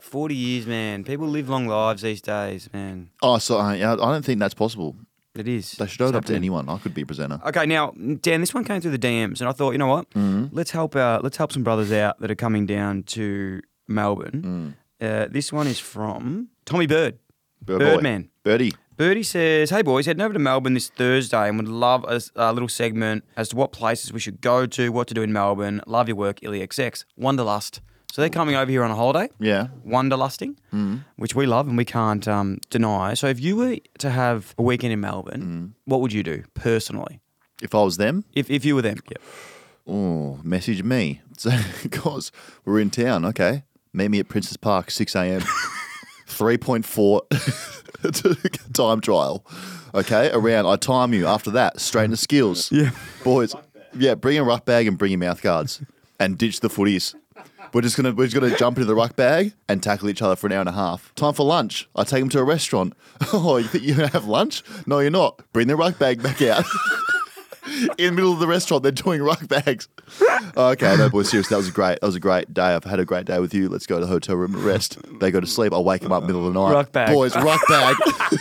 Speaker 2: 40 years, man. People live long lives these days, man.
Speaker 1: Oh, so I, I don't think that's possible.
Speaker 2: It is.
Speaker 1: They should owe
Speaker 2: It's
Speaker 1: it up to
Speaker 2: happening.
Speaker 1: anyone. I could be a presenter.
Speaker 2: Okay, now Dan, this one came through the DMs, and I thought, you know what?
Speaker 1: Mm-hmm.
Speaker 2: Let's help uh, let's help some brothers out that are coming down to Melbourne. Uh, this one is from Tommy Bird,
Speaker 1: Mm. Bird boy.
Speaker 2: Birdman.
Speaker 1: Birdie.
Speaker 2: Birdie says, "Hey boys, heading over to Melbourne this Thursday, and would love a, a little segment as to what places we should go to, what to do in Melbourne. Love your work, IllyXX. Wonderlust. So they're coming over here on a holiday.
Speaker 1: Yeah.
Speaker 2: Wonderlusting, which we love and we can't um, deny. So if you were to have a weekend in Melbourne, what would you do personally?
Speaker 1: If I was them,
Speaker 2: If, if you were them, yep.
Speaker 1: oh, message me. So, because we're in town, okay. Meet me at Princess Park, 6 a.m. 3.4 time trial, okay? Around, I time you after that, straight into skills. Yeah. Boys, yeah, bring a ruck bag and bring your mouth guards and ditch the footies. We're just gonna we're just gonna jump into the ruck bag and tackle each other for an hour and a half. Time for lunch. I take them to a restaurant. Oh, you think you're gonna have lunch? No, you're not. Bring the ruck bag back out. in the middle of the restaurant. They're doing ruck bags. Oh, Okay, no, boy, seriously, that was a great. That was a great day. I've had a great day with you. Let's go to the hotel room and rest. They go to sleep. I wake them up middle of the night.
Speaker 2: Ruck bag.
Speaker 1: boys, ruck bag.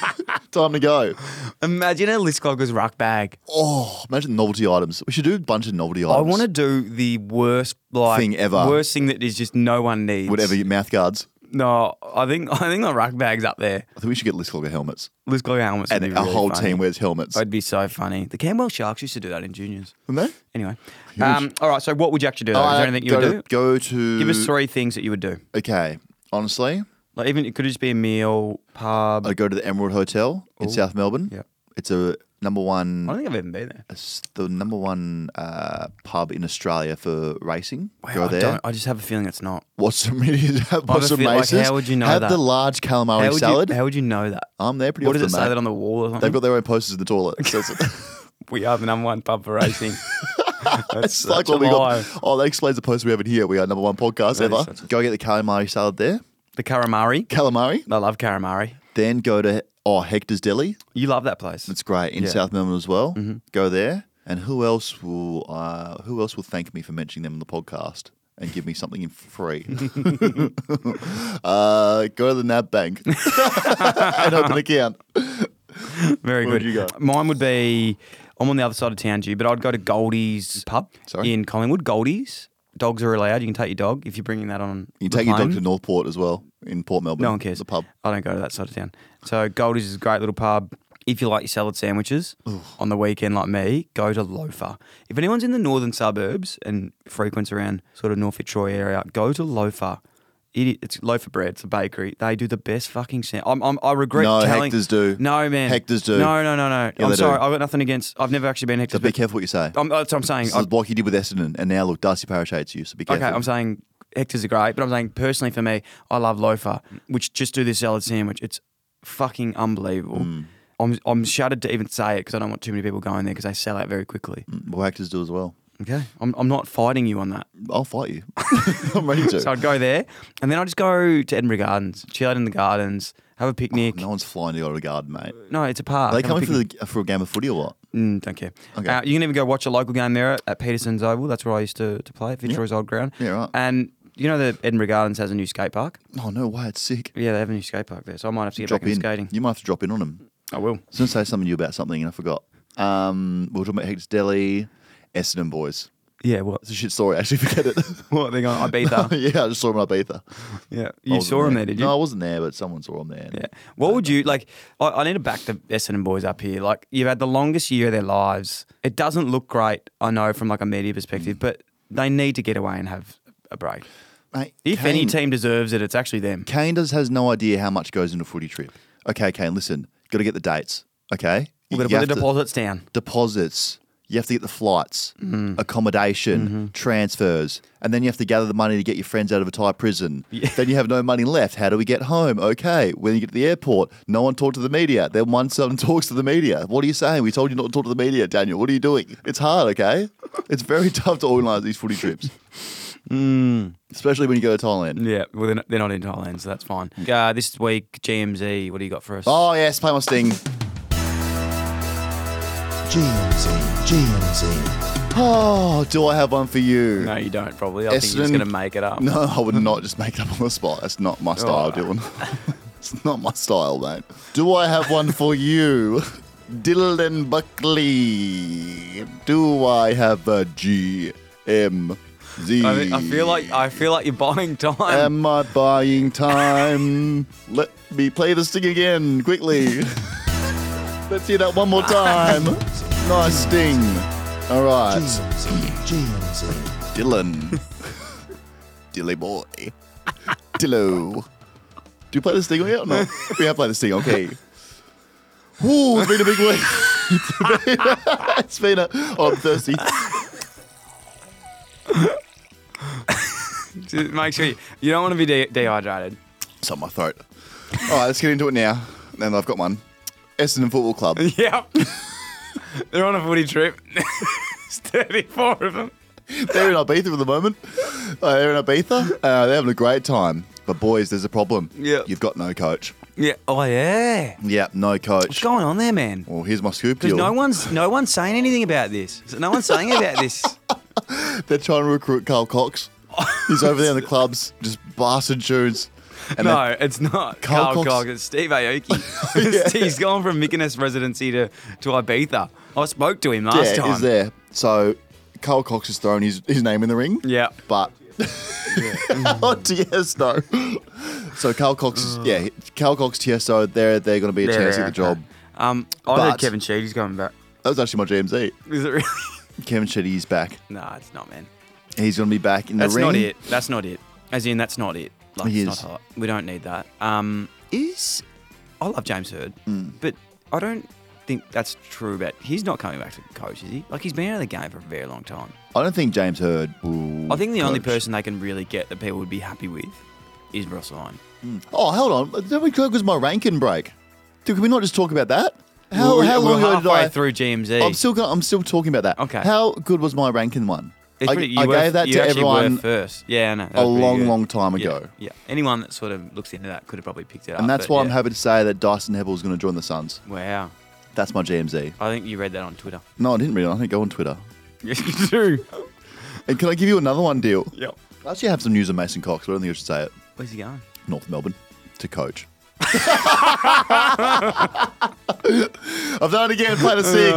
Speaker 1: Time to go.
Speaker 2: Imagine a Liscogger's ruck bag.
Speaker 1: Oh, imagine novelty items. We should do a bunch of novelty items.
Speaker 2: I want to do the worst like
Speaker 1: Thing ever.
Speaker 2: Worst thing that is just no one needs.
Speaker 1: whatever your mouth guards.
Speaker 2: No, I think I think the ruck bag's up there.
Speaker 1: I think we should get Liscogger helmets,
Speaker 2: Liscogger helmets. would
Speaker 1: and
Speaker 2: be
Speaker 1: our
Speaker 2: really
Speaker 1: whole
Speaker 2: funny.
Speaker 1: team wears helmets.
Speaker 2: That'd be so funny. The Camwell Sharks used to do that in juniors.
Speaker 1: Wouldn't they?
Speaker 2: Anyway, um, all right. So what would you actually do? Though? Is
Speaker 1: Uh,
Speaker 2: there anything you
Speaker 1: go
Speaker 2: would
Speaker 1: to,
Speaker 2: do?
Speaker 1: Go to.
Speaker 2: Give us three things that you would do.
Speaker 1: Okay, honestly,
Speaker 2: Like even it could just be a meal, pub. I
Speaker 1: I go to the Emerald Hotel in South Melbourne.
Speaker 2: Yep.
Speaker 1: It's a number
Speaker 2: don't
Speaker 1: one,
Speaker 2: think I've even been there.
Speaker 1: it's the number one uh, pub in Australia for racing.
Speaker 2: Wow,
Speaker 1: go
Speaker 2: I,
Speaker 1: there.
Speaker 2: don't, I just have a feeling it's not.
Speaker 1: Watch some really, watch some
Speaker 2: feel like,
Speaker 1: races.
Speaker 2: how would you know
Speaker 1: Have
Speaker 2: that?
Speaker 1: the large calamari
Speaker 2: how would
Speaker 1: salad.
Speaker 2: You, how would you know that?
Speaker 1: I'm there pretty
Speaker 2: What does
Speaker 1: often,
Speaker 2: it
Speaker 1: mate.
Speaker 2: say that on the wall or something?
Speaker 1: They've got their own posters in the toilet. It says it.
Speaker 2: we are the number one pub for racing. That's
Speaker 1: It's like
Speaker 2: such a
Speaker 1: what we
Speaker 2: lie.
Speaker 1: got. Oh, that explains the post we have in here. We are number one podcast
Speaker 2: That is
Speaker 1: ever.
Speaker 2: such a-
Speaker 1: Go get the calamari salad there.
Speaker 2: The calamari.
Speaker 1: Calamari.
Speaker 2: I love calamari.
Speaker 1: Then go to oh Hector's Deli.
Speaker 2: You love that place.
Speaker 1: It's great in
Speaker 2: Yeah. Mm-hmm.
Speaker 1: South Melbourne as well. Go there. And who else will uh, who else will thank me for mentioning them on the podcast and give me something in free? uh, go to the NAB bank and open an account. Where
Speaker 2: Very good.
Speaker 1: would you go?
Speaker 2: Mine would be I'm on the other side of town, G, but I'd go to Goldie's pub
Speaker 1: Sorry?
Speaker 2: in Collingwood. Goldie's. Dogs are allowed. You can take your dog if you're bringing that on.
Speaker 1: You
Speaker 2: the
Speaker 1: take your dog
Speaker 2: plane.
Speaker 1: to Northport as well in Port Melbourne.
Speaker 2: No one cares.
Speaker 1: The pub.
Speaker 2: I don't go to that side of town. So Goldie's is a great little pub. If you like your salad sandwiches on the weekend, like me, go to Loafer. If anyone's in the northern suburbs and frequents around sort of North Fitzroy area, go to Loafer. It, it's loaf of bread. It's a bakery. They do the best fucking sand. I'm, I'm, I regret
Speaker 1: No,
Speaker 2: telling.
Speaker 1: Hector's do.
Speaker 2: No, man.
Speaker 1: Hector's do.
Speaker 2: No, no, no, no.
Speaker 1: Yeah,
Speaker 2: I'm
Speaker 1: they do.
Speaker 2: sorry. I've got nothing against. I've never actually been
Speaker 1: So
Speaker 2: Hector's.
Speaker 1: be
Speaker 2: but-
Speaker 1: careful what you say.
Speaker 2: I'm, that's what I'm saying.
Speaker 1: This
Speaker 2: Oh, I-
Speaker 1: is what you did with Essendon, and now look, Darcy Parish hates you. So be careful.
Speaker 2: Okay, I'm saying Hector's are great, but I'm saying personally for me, I love loafer, which just do this salad sandwich. It's fucking unbelievable.
Speaker 1: Mm.
Speaker 2: I'm I'm shuddered to even say it because I don't want too many people going there because they sell out very quickly.
Speaker 1: Well, actors do as well.
Speaker 2: Okay, I'm I'm not fighting you on that.
Speaker 1: I'll fight you. I'm ready to.
Speaker 2: So I'd go there, and then I just go to Edinburgh Gardens, chill out in the gardens, have a picnic.
Speaker 1: Oh, no one's flying to go to the garden, mate.
Speaker 2: no. it's a park.
Speaker 1: Are they
Speaker 2: Have a
Speaker 1: coming for,
Speaker 2: picnic.
Speaker 1: the, for a game of footy or what?
Speaker 2: Mm, don't care.
Speaker 1: Okay.
Speaker 2: Uh, you can even go watch a local game there at, at Peterson's Oval. That's where I used to, to play at Fitzroy's Old Ground.
Speaker 1: Yeah, right.
Speaker 2: And you know the Edinburgh Gardens has a new skate park.
Speaker 1: Oh, no way. It's sick.
Speaker 2: Yeah, they have a new skate park there, so I might have to get
Speaker 1: Drop
Speaker 2: back
Speaker 1: in.
Speaker 2: into skating.
Speaker 1: You might have to drop in on them.
Speaker 2: I will.
Speaker 1: I was going to say something to you about something, and I forgot. Um, we were talking about Hector's Deli, Essendon Boys.
Speaker 2: Yeah, what?
Speaker 1: It's a shit story, actually. Forget it.
Speaker 2: What they going? I beat that.
Speaker 1: yeah, I just saw him up Ether.
Speaker 2: yeah, you saw him there, did you?
Speaker 1: No, I wasn't there, but someone saw him there.
Speaker 2: Yeah. What would you like? I, I need to back the Essendon boys up here. Like you've had the longest year of their lives. It doesn't look great, I know, from like a media perspective, but they need to get away and have a break.
Speaker 1: Mate,
Speaker 2: If any
Speaker 1: Kane-
Speaker 2: team deserves it, it's actually them.
Speaker 1: Kane does has no idea how much goes into a footy trip. Okay, Kane, listen, got to get the dates. Okay, You
Speaker 2: We're gonna put the
Speaker 1: have to-
Speaker 2: deposits down.
Speaker 1: deposits. You have to get the flights,
Speaker 2: Mm.
Speaker 1: accommodation,
Speaker 2: Mm-hmm.
Speaker 1: transfers, and then you have to gather the money to get your friends out of a Thai prison. Then you have no money left. How do we get home? Okay, when you get to the airport, no one talked to the media. Then one son talks to the media. What are you saying? We told you not to talk to the media, Daniel. What are you doing? It's hard, okay? It's very tough to organise these footy trips, especially when you go to Thailand.
Speaker 2: Mm. Yeah, well, they're not, they're not in Thailand, so that's fine. Uh, this week, GMZ, what do you got for us?
Speaker 1: Oh yes, play my sting.
Speaker 4: GMZ, GMZ.
Speaker 1: Oh, do I have one for you?
Speaker 2: No, you don't, probably. I think you're just
Speaker 1: Essendon-
Speaker 2: going to make it up.
Speaker 1: No, I would not just make it up on the spot. That's not my style, Dylan. it's not my style, mate. Do I have one for you? Dylan Buckley. Do I have a G M Z?
Speaker 2: I, mean, I feel like I feel like you're buying time.
Speaker 1: Am I buying time? Let me play this thing again, quickly. Let's hear that one more time. Nice sting. All right.
Speaker 4: GMZ,
Speaker 1: Dylan. Dilly boy. Dillo. Do you play this thing yet or not? we have played this thing, okay. Ooh, it's been a big week. it's been a. Oh, I'm thirsty.
Speaker 2: Just make sure you, you don't want to be de- dehydrated.
Speaker 1: It's up my throat. All right, let's get into it now. And I've got one. Essendon Football Club.
Speaker 2: Yep. They're on a footy trip. There's 34 of them.
Speaker 1: They're in Ibiza at the moment. Uh, they're in Ibiza. Uh, they're having a great time. But boys, there's a problem.
Speaker 2: Yeah.
Speaker 1: You've got no coach.
Speaker 2: Yeah. Oh yeah.
Speaker 1: Yeah, no
Speaker 2: What's
Speaker 1: coach.
Speaker 2: going on there, man?
Speaker 1: Well, here's my scoop
Speaker 2: Because
Speaker 1: deal.
Speaker 2: no one's no one's saying anything about this. No one's saying about this.
Speaker 1: They're trying to recruit Carl Cox. He's over there in the clubs, just blasting tunes. And
Speaker 2: no,
Speaker 1: then-
Speaker 2: it's not
Speaker 1: Carl
Speaker 2: Carl,
Speaker 1: Cox-
Speaker 2: Cox. It's Steve Aoki. He's gone from Mykonos residency to, to Ibiza. I spoke to him
Speaker 1: yeah,
Speaker 2: last time.
Speaker 1: is there. So Carl Cox has thrown his, his name in the ring.
Speaker 2: Yeah.
Speaker 1: But oh, Tiesto. So Carl Cox is yeah, Carl Cox Tiesto, they're they're gonna be a
Speaker 2: Yeah,
Speaker 1: chance
Speaker 2: yeah,
Speaker 1: at the job.
Speaker 2: okay. Um, I
Speaker 1: But-
Speaker 2: heard Kevin Sheedy's coming back.
Speaker 1: That was actually my GMZ.
Speaker 2: Is it really?
Speaker 1: Kevin Shetty is back.
Speaker 2: nah, it's not, man.
Speaker 1: He's gonna be back in the
Speaker 2: That's
Speaker 1: ring.
Speaker 2: not it. That's not it. As in, that's not it. Like,
Speaker 1: He
Speaker 2: it's
Speaker 1: is.
Speaker 2: not hot. We don't need that. Um, is I love James Heard,
Speaker 1: Hmm.
Speaker 2: but I don't think that's true. But he's not coming back to coach, is he? Like, he's been out of the game for a very long time.
Speaker 1: I don't think James Heard will
Speaker 2: I think the only
Speaker 1: Hmm. coach.
Speaker 2: person they can really get that people would be happy with is Ross Lyon.
Speaker 1: Oh, hold on. That was my ranking break. Dude, can we not just talk about that? How,
Speaker 2: We're-
Speaker 1: how
Speaker 2: we're
Speaker 1: long ago did
Speaker 2: halfway
Speaker 1: I?
Speaker 2: through GMZ?
Speaker 1: I'm still go- I'm still talking about that.
Speaker 2: Okay.
Speaker 1: How good was my ranking one?
Speaker 2: It's
Speaker 1: I,
Speaker 2: pretty- you
Speaker 1: I
Speaker 2: were-
Speaker 1: gave that
Speaker 2: you
Speaker 1: to
Speaker 2: actually were
Speaker 1: everyone
Speaker 2: first. Yeah, I know. That
Speaker 1: a
Speaker 2: was pretty
Speaker 1: long,
Speaker 2: good.
Speaker 1: long time
Speaker 2: Yeah,
Speaker 1: ago.
Speaker 2: Yeah, anyone that sort of looks into that could have probably picked it up.
Speaker 1: And that's
Speaker 2: but
Speaker 1: why
Speaker 2: yeah.
Speaker 1: I'm happy to say that Dyson Hebel is going to join the Suns.
Speaker 2: Wow,
Speaker 1: That's my GMZ.
Speaker 2: I think you read that on Twitter.
Speaker 1: No, I didn't read it. I didn't go on Twitter.
Speaker 2: Yes, you do.
Speaker 1: And can I give you another one, deal?
Speaker 2: Yep.
Speaker 1: I actually have some news on Mason Cox, but I don't think I should say it.
Speaker 2: Where's he going?
Speaker 1: North Melbourne to coach. I've done it again. Play to sing.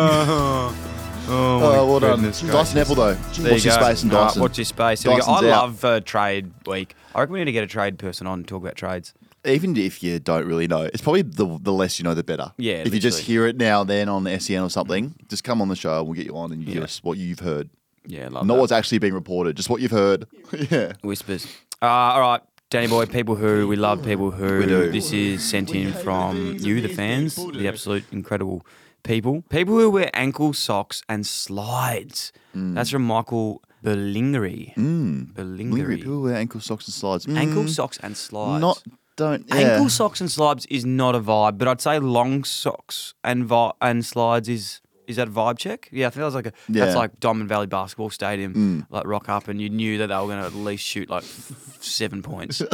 Speaker 2: Oh,
Speaker 1: Oh, well done. Dyson Apple, though. Watch your space and Dyson.
Speaker 2: All right, watch your space. Here we go. I
Speaker 1: Dyson's out.
Speaker 2: love uh, trade week. I reckon we need to get a trade person on and talk about trades.
Speaker 1: Even if you don't really know, it's probably the, the less you know, the better.
Speaker 2: Yeah,
Speaker 1: If you just
Speaker 2: literally.
Speaker 1: hear it now and then on the SEN or something, just come on the show and we'll get you on and you give
Speaker 2: Yeah.
Speaker 1: us what you've heard.
Speaker 2: Yeah, love
Speaker 1: Not
Speaker 2: that.
Speaker 1: what's actually being reported, just what you've heard. yeah.
Speaker 2: Whispers. Uh, all right, Danny boy, people who we love, people who
Speaker 1: We do.
Speaker 2: This is sent in from you, the fans, the absolute incredible people, people who wear ankle socks and slides. That's from Michael Berlingeri. Mm.
Speaker 1: Lingerie.
Speaker 2: Berlingeri.
Speaker 1: People wear ankle socks and slides. Mm,
Speaker 2: Ankle socks and slides.
Speaker 1: Not, don't. Yeah.
Speaker 2: Ankle socks and slides is not a vibe, but I'd say long socks and vi- and slides is is that a vibe check? Yeah, I think that was like a
Speaker 1: Yeah. Mm.
Speaker 2: that's like Diamond Valley Basketball Stadium, like rock up, and you knew that they were going to at least shoot like f- seven points.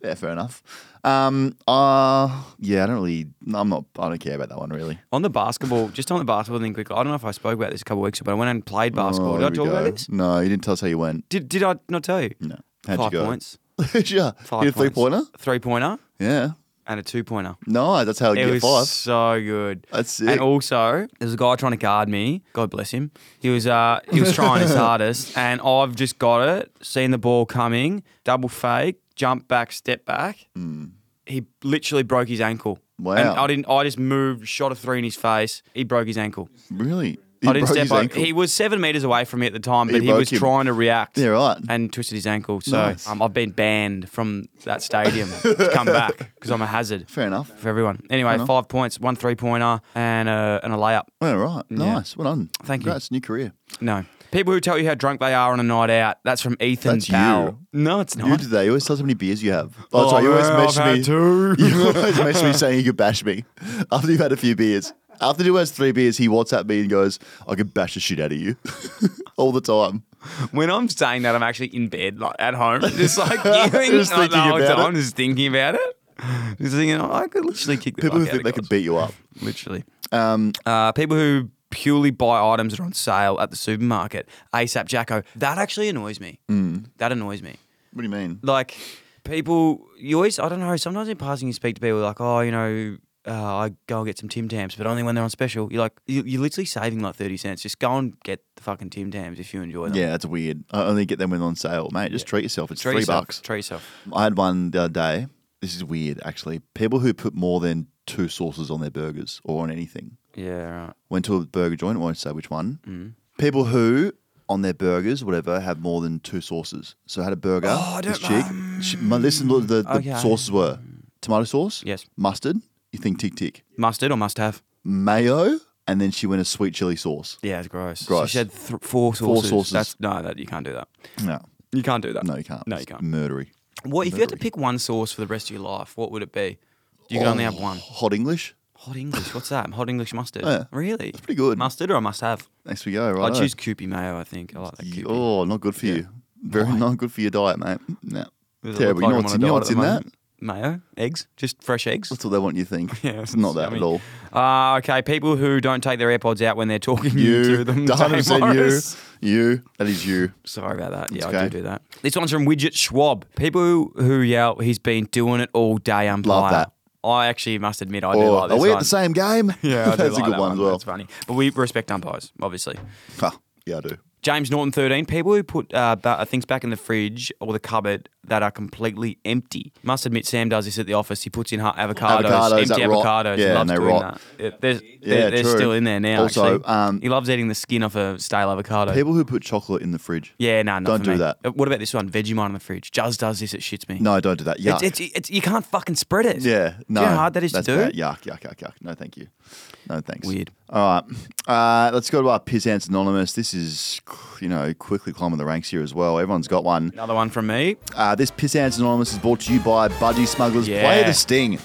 Speaker 1: Yeah, fair enough. Um, uh, yeah, I don't really, no, I'm not, I don't care about that one really.
Speaker 2: on the basketball, just on the basketball thing quickly. I don't know if I spoke about this a couple of weeks ago, but I went and played basketball.
Speaker 1: Oh,
Speaker 2: Did I
Speaker 1: here
Speaker 2: talk
Speaker 1: we go.
Speaker 2: about this?
Speaker 1: No, you didn't tell us how you went.
Speaker 2: Did did I not tell you?
Speaker 1: No. How'd
Speaker 2: Five
Speaker 1: you go?
Speaker 2: points.
Speaker 1: yeah.
Speaker 2: Five
Speaker 1: you had a three
Speaker 2: points.
Speaker 1: pointer?
Speaker 2: Three pointer
Speaker 1: Yeah.
Speaker 2: and a two pointer.
Speaker 1: No, that's how you
Speaker 2: It
Speaker 1: get
Speaker 2: was
Speaker 1: five.
Speaker 2: so good.
Speaker 1: That's sick.
Speaker 2: And also, there's a guy trying to guard me. God bless him. He was uh he was trying his hardest, and I've just got it. Seen the ball coming, double fake, jump back, step back. He literally broke his ankle.
Speaker 1: Mm. Wow.
Speaker 2: And I didn't. I just moved, shot a three in his face. He broke his ankle.
Speaker 1: Really?
Speaker 2: I didn't
Speaker 1: broke
Speaker 2: step
Speaker 1: his
Speaker 2: over.
Speaker 1: ankle.
Speaker 2: He was seven meters away from me at the time,
Speaker 1: He
Speaker 2: but he,
Speaker 1: broke
Speaker 2: was
Speaker 1: him.
Speaker 2: trying to react.
Speaker 1: Yeah, right.
Speaker 2: And twisted his ankle. So
Speaker 1: Nice.
Speaker 2: um, I've been banned from that stadium to come back because I'm a hazard
Speaker 1: Fair enough.
Speaker 2: for everyone. Anyway,
Speaker 1: enough.
Speaker 2: five points, one three pointer, and a, and a layup.
Speaker 1: All right. Nice. Well done.
Speaker 2: Thank you.
Speaker 1: That's new career.
Speaker 2: No. People who tell you how drunk they are on a night out, that's from Ethan
Speaker 1: That's you.
Speaker 2: Powell. No, it's
Speaker 1: You
Speaker 2: not.
Speaker 1: did that. You always tell us how many beers you have. Oh, sorry. You always
Speaker 2: man, I've
Speaker 1: mention me.
Speaker 2: had two.
Speaker 1: You always mention me saying you could bash me after you've had a few beers. After he has three beers, he WhatsApp me and goes, "I could bash the shit out of you all the time."
Speaker 2: When I'm saying that, I'm actually in bed, like at home, just like giggling,
Speaker 1: Just
Speaker 2: like, the
Speaker 1: thinking
Speaker 2: whole
Speaker 1: about
Speaker 2: time, just thinking about it. Just thinking, oh, I could literally kick the
Speaker 1: People who
Speaker 2: fuck out
Speaker 1: think they could
Speaker 2: of guys.
Speaker 1: beat you up. Um,
Speaker 2: literally. uh, people who purely buy items that are on sale at the supermarket, ASAP Jacko, that actually annoys me.
Speaker 1: Mm.
Speaker 2: That annoys me.
Speaker 1: What do you mean?
Speaker 2: Like, people, you always, I don't know, sometimes in passing you speak to people like, oh, you know, uh, I go and get some Tim Tams, but only when they're on special. You're like, you- you're literally saving like 30 cents. Just go and get the fucking Tim Tams if you enjoy them.
Speaker 1: Yeah, that's weird. I only get them when on sale, mate. Just treat yourself. It's
Speaker 2: Treat
Speaker 1: three
Speaker 2: yourself,
Speaker 1: bucks.
Speaker 2: Treat yourself.
Speaker 1: I had one the other day. This is weird, actually. People who put more than two sauces on their burgers or on anything.
Speaker 2: Yeah, right.
Speaker 1: went to a burger joint, I won't say which one.
Speaker 2: Mm.
Speaker 1: People who on their burgers, whatever, have more than two sauces. So I had a burger.
Speaker 2: Oh, I
Speaker 1: this
Speaker 2: don't-
Speaker 1: chick. She, my, listen, look, the, the
Speaker 2: Okay.
Speaker 1: sauces were tomato sauce,
Speaker 2: Yes.
Speaker 1: mustard. You think tick tick,
Speaker 2: Mustard or must have?
Speaker 1: mayo, and then she went a sweet chili sauce.
Speaker 2: Yeah, it's gross. So
Speaker 1: Gross.
Speaker 2: she had th- four sauces.
Speaker 1: sauces.
Speaker 2: That's, no, that, you can't do that.
Speaker 1: No,
Speaker 2: You can't do that.
Speaker 1: no, you can't. Mm.
Speaker 2: No,
Speaker 1: It's
Speaker 2: you can't.
Speaker 1: Murdery.
Speaker 2: What if you had to pick one sauce for the rest of your life? What would it be? You could only have one.
Speaker 1: Oh, Hot English.
Speaker 2: Hot English. What's that? Hot English mustard.
Speaker 1: Yeah.
Speaker 2: Really? That's
Speaker 1: pretty good.
Speaker 2: Mustard or I must have.
Speaker 1: Next we go. Right.
Speaker 2: I choose Koopy mayo. I think I like that. Koopy.
Speaker 1: Oh, not good for you. Very not good for your diet, mate. No.
Speaker 2: Does it
Speaker 1: Terrible.
Speaker 2: look
Speaker 1: You know
Speaker 2: like
Speaker 1: what's in,
Speaker 2: I'm
Speaker 1: you know
Speaker 2: on a
Speaker 1: what's in
Speaker 2: diet at
Speaker 1: that?
Speaker 2: the mayo, eggs, just fresh eggs.
Speaker 1: That's what they want you to think.
Speaker 2: Yeah,
Speaker 1: it's not
Speaker 2: I
Speaker 1: that
Speaker 2: mean-
Speaker 1: at all.
Speaker 2: Uh, okay, people who don't take their AirPods out when they're talking
Speaker 1: You,
Speaker 2: to them.
Speaker 1: one hundred
Speaker 2: Dave
Speaker 1: percent you,
Speaker 2: Morris.
Speaker 1: you. That is you.
Speaker 2: Sorry about that. Yeah, I
Speaker 1: okay.
Speaker 2: do do that. This one's from Widget Schwab. People who, who yell, he's been doing it all day. umpire.
Speaker 1: Love that.
Speaker 2: I actually must admit, I do
Speaker 1: Or,
Speaker 2: like
Speaker 1: are
Speaker 2: this
Speaker 1: we at
Speaker 2: one.
Speaker 1: the same game?
Speaker 2: Yeah, I do
Speaker 1: that's
Speaker 2: like
Speaker 1: a good
Speaker 2: that
Speaker 1: one, as well.
Speaker 2: That's funny. But we respect umpires, obviously.
Speaker 1: Huh, yeah, I do.
Speaker 2: James Norton, 13. People who put uh, ba- things back in the fridge or the cupboard that are completely empty. Must admit, Sam does this at the office. He puts in ha- avocadoes,
Speaker 1: Avocados
Speaker 2: empty
Speaker 1: that rot.
Speaker 2: avocados.
Speaker 1: Yeah,
Speaker 2: he
Speaker 1: and
Speaker 2: loves
Speaker 1: they
Speaker 2: doing
Speaker 1: rot.
Speaker 2: that. It- they're they're,
Speaker 1: Yeah,
Speaker 2: they're
Speaker 1: true.
Speaker 2: still in there now.
Speaker 1: Also,
Speaker 2: actually.
Speaker 1: um,
Speaker 2: he loves eating the skin off a stale avocado.
Speaker 1: People who put chocolate in the fridge.
Speaker 2: yeah, nah, not
Speaker 1: Don't
Speaker 2: for
Speaker 1: do
Speaker 2: me.
Speaker 1: that.
Speaker 2: Uh, What about this one? Vegemite in the fridge. Juz does this. It shits me.
Speaker 1: No, don't do that. Yuck.
Speaker 2: It's, it's, it's, you can't fucking spread it.
Speaker 1: yeah, no.
Speaker 2: Do you know how hard that is to
Speaker 1: that's
Speaker 2: do?
Speaker 1: bad. Yuck, yuck, yuck, yuck. No, thank you. No, thanks.
Speaker 2: Weird.
Speaker 1: All right. Uh, let's go to our Piss Ants Anonymous. This is, you know, quickly climbing the ranks here as well. Everyone's got one.
Speaker 2: Another one from me.
Speaker 1: Uh, this Piss Ants Anonymous is brought to you by Budgie Smugglers.
Speaker 2: Yeah.
Speaker 1: Play the sting.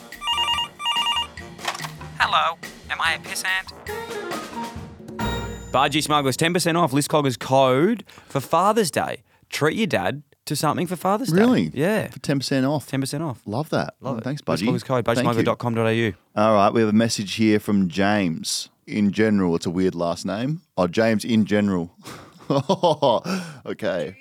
Speaker 2: Hello, am I a pissant? Budgie Smugglers, 10% off List Cloggers code for Father's Day. Treat your dad to something for Father's
Speaker 1: Really?
Speaker 2: Day. Yeah.
Speaker 1: For 10% off.
Speaker 2: 10% off.
Speaker 1: Love that.
Speaker 2: Love
Speaker 1: Oh,
Speaker 2: it.
Speaker 1: Thanks, Budgie.
Speaker 2: List Cloggers code,
Speaker 1: Thank you.
Speaker 2: budgiesmuggler.com.au.
Speaker 1: All right, we have a message here from James. In general, it's a weird last name. Oh, James in general. okay.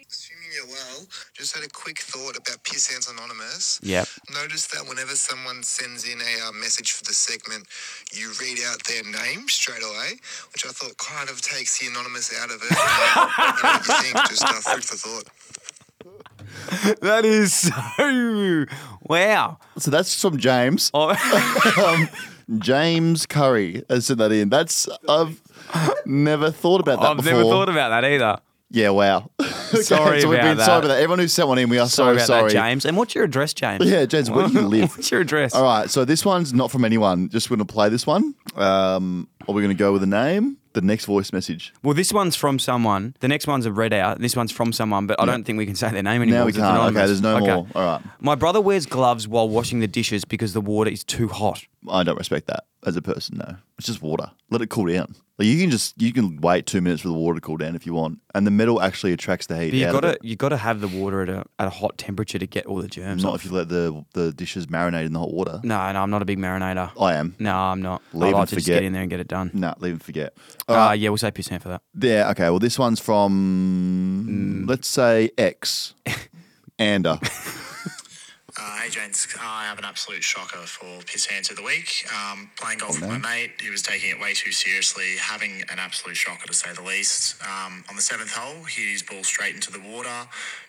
Speaker 3: Assuming you're well, just had a quick thought about Piss Hands Anonymous.
Speaker 2: Yep.
Speaker 3: Notice that whenever someone sends in a uh, message for the segment, you read out their name straight away, which I thought kind of takes the anonymous out of it. You know what you think, just uh, food for thought.
Speaker 2: That is so. Wow.
Speaker 1: So that's from James.
Speaker 2: Oh,
Speaker 1: Um, James Curry has sent that in. That's I've never thought about that
Speaker 2: I've
Speaker 1: before.
Speaker 2: never thought about that either.
Speaker 1: yeah, wow. okay,
Speaker 2: Sorry
Speaker 1: so we've
Speaker 2: about
Speaker 1: been
Speaker 2: that.
Speaker 1: sorry about that. Everyone who sent one in, we are
Speaker 2: Sorry
Speaker 1: so
Speaker 2: about
Speaker 1: sorry.
Speaker 2: that, James. And what's your address, James?
Speaker 1: Yeah, James, where do you live?
Speaker 2: what's your address?
Speaker 1: All right, so this one's not from anyone. Just going to play this one. Um, are we going to go with a name? The next voice message.
Speaker 2: Well, this one's from someone. The next one's a read out. This one's from someone, but I don't think we can say their name anymore.
Speaker 1: Now we
Speaker 2: 'cause it's
Speaker 1: can't. Okay,
Speaker 2: anonymous.
Speaker 1: there's no more. All right.
Speaker 2: My brother wears gloves while washing the dishes because the water is too hot.
Speaker 1: I don't respect that as a person. No, it's just water. Let it cool down. Like you can just you can wait two minutes for the water to cool down if you want, and the metal actually attracts the heat.
Speaker 2: But you
Speaker 1: out of
Speaker 2: gotta
Speaker 1: it.
Speaker 2: you gotta have the water at a at a hot temperature to get all the germs.
Speaker 1: Not
Speaker 2: off.
Speaker 1: if you let the the dishes marinate in the hot water.
Speaker 2: No, no, I'm not a big marinator.
Speaker 1: I am.
Speaker 2: No, I'm not. I
Speaker 1: Leave
Speaker 2: like
Speaker 1: and
Speaker 2: to just
Speaker 1: forget.
Speaker 2: get in there and get it done.
Speaker 1: Nah, leave and forget.
Speaker 2: Uh,
Speaker 1: All right,
Speaker 2: yeah, we'll say piss hand for that.
Speaker 1: there. Okay. Well, this one's
Speaker 2: Mm.
Speaker 1: from let's say X, Ander.
Speaker 6: Uh, hey, James, I have an absolute shocker for piss hands of the week. Um, playing golf with my mate, he was taking it way too seriously, having an absolute shocker to say the least. Um, on the seventh hole, he hit his ball straight into the water,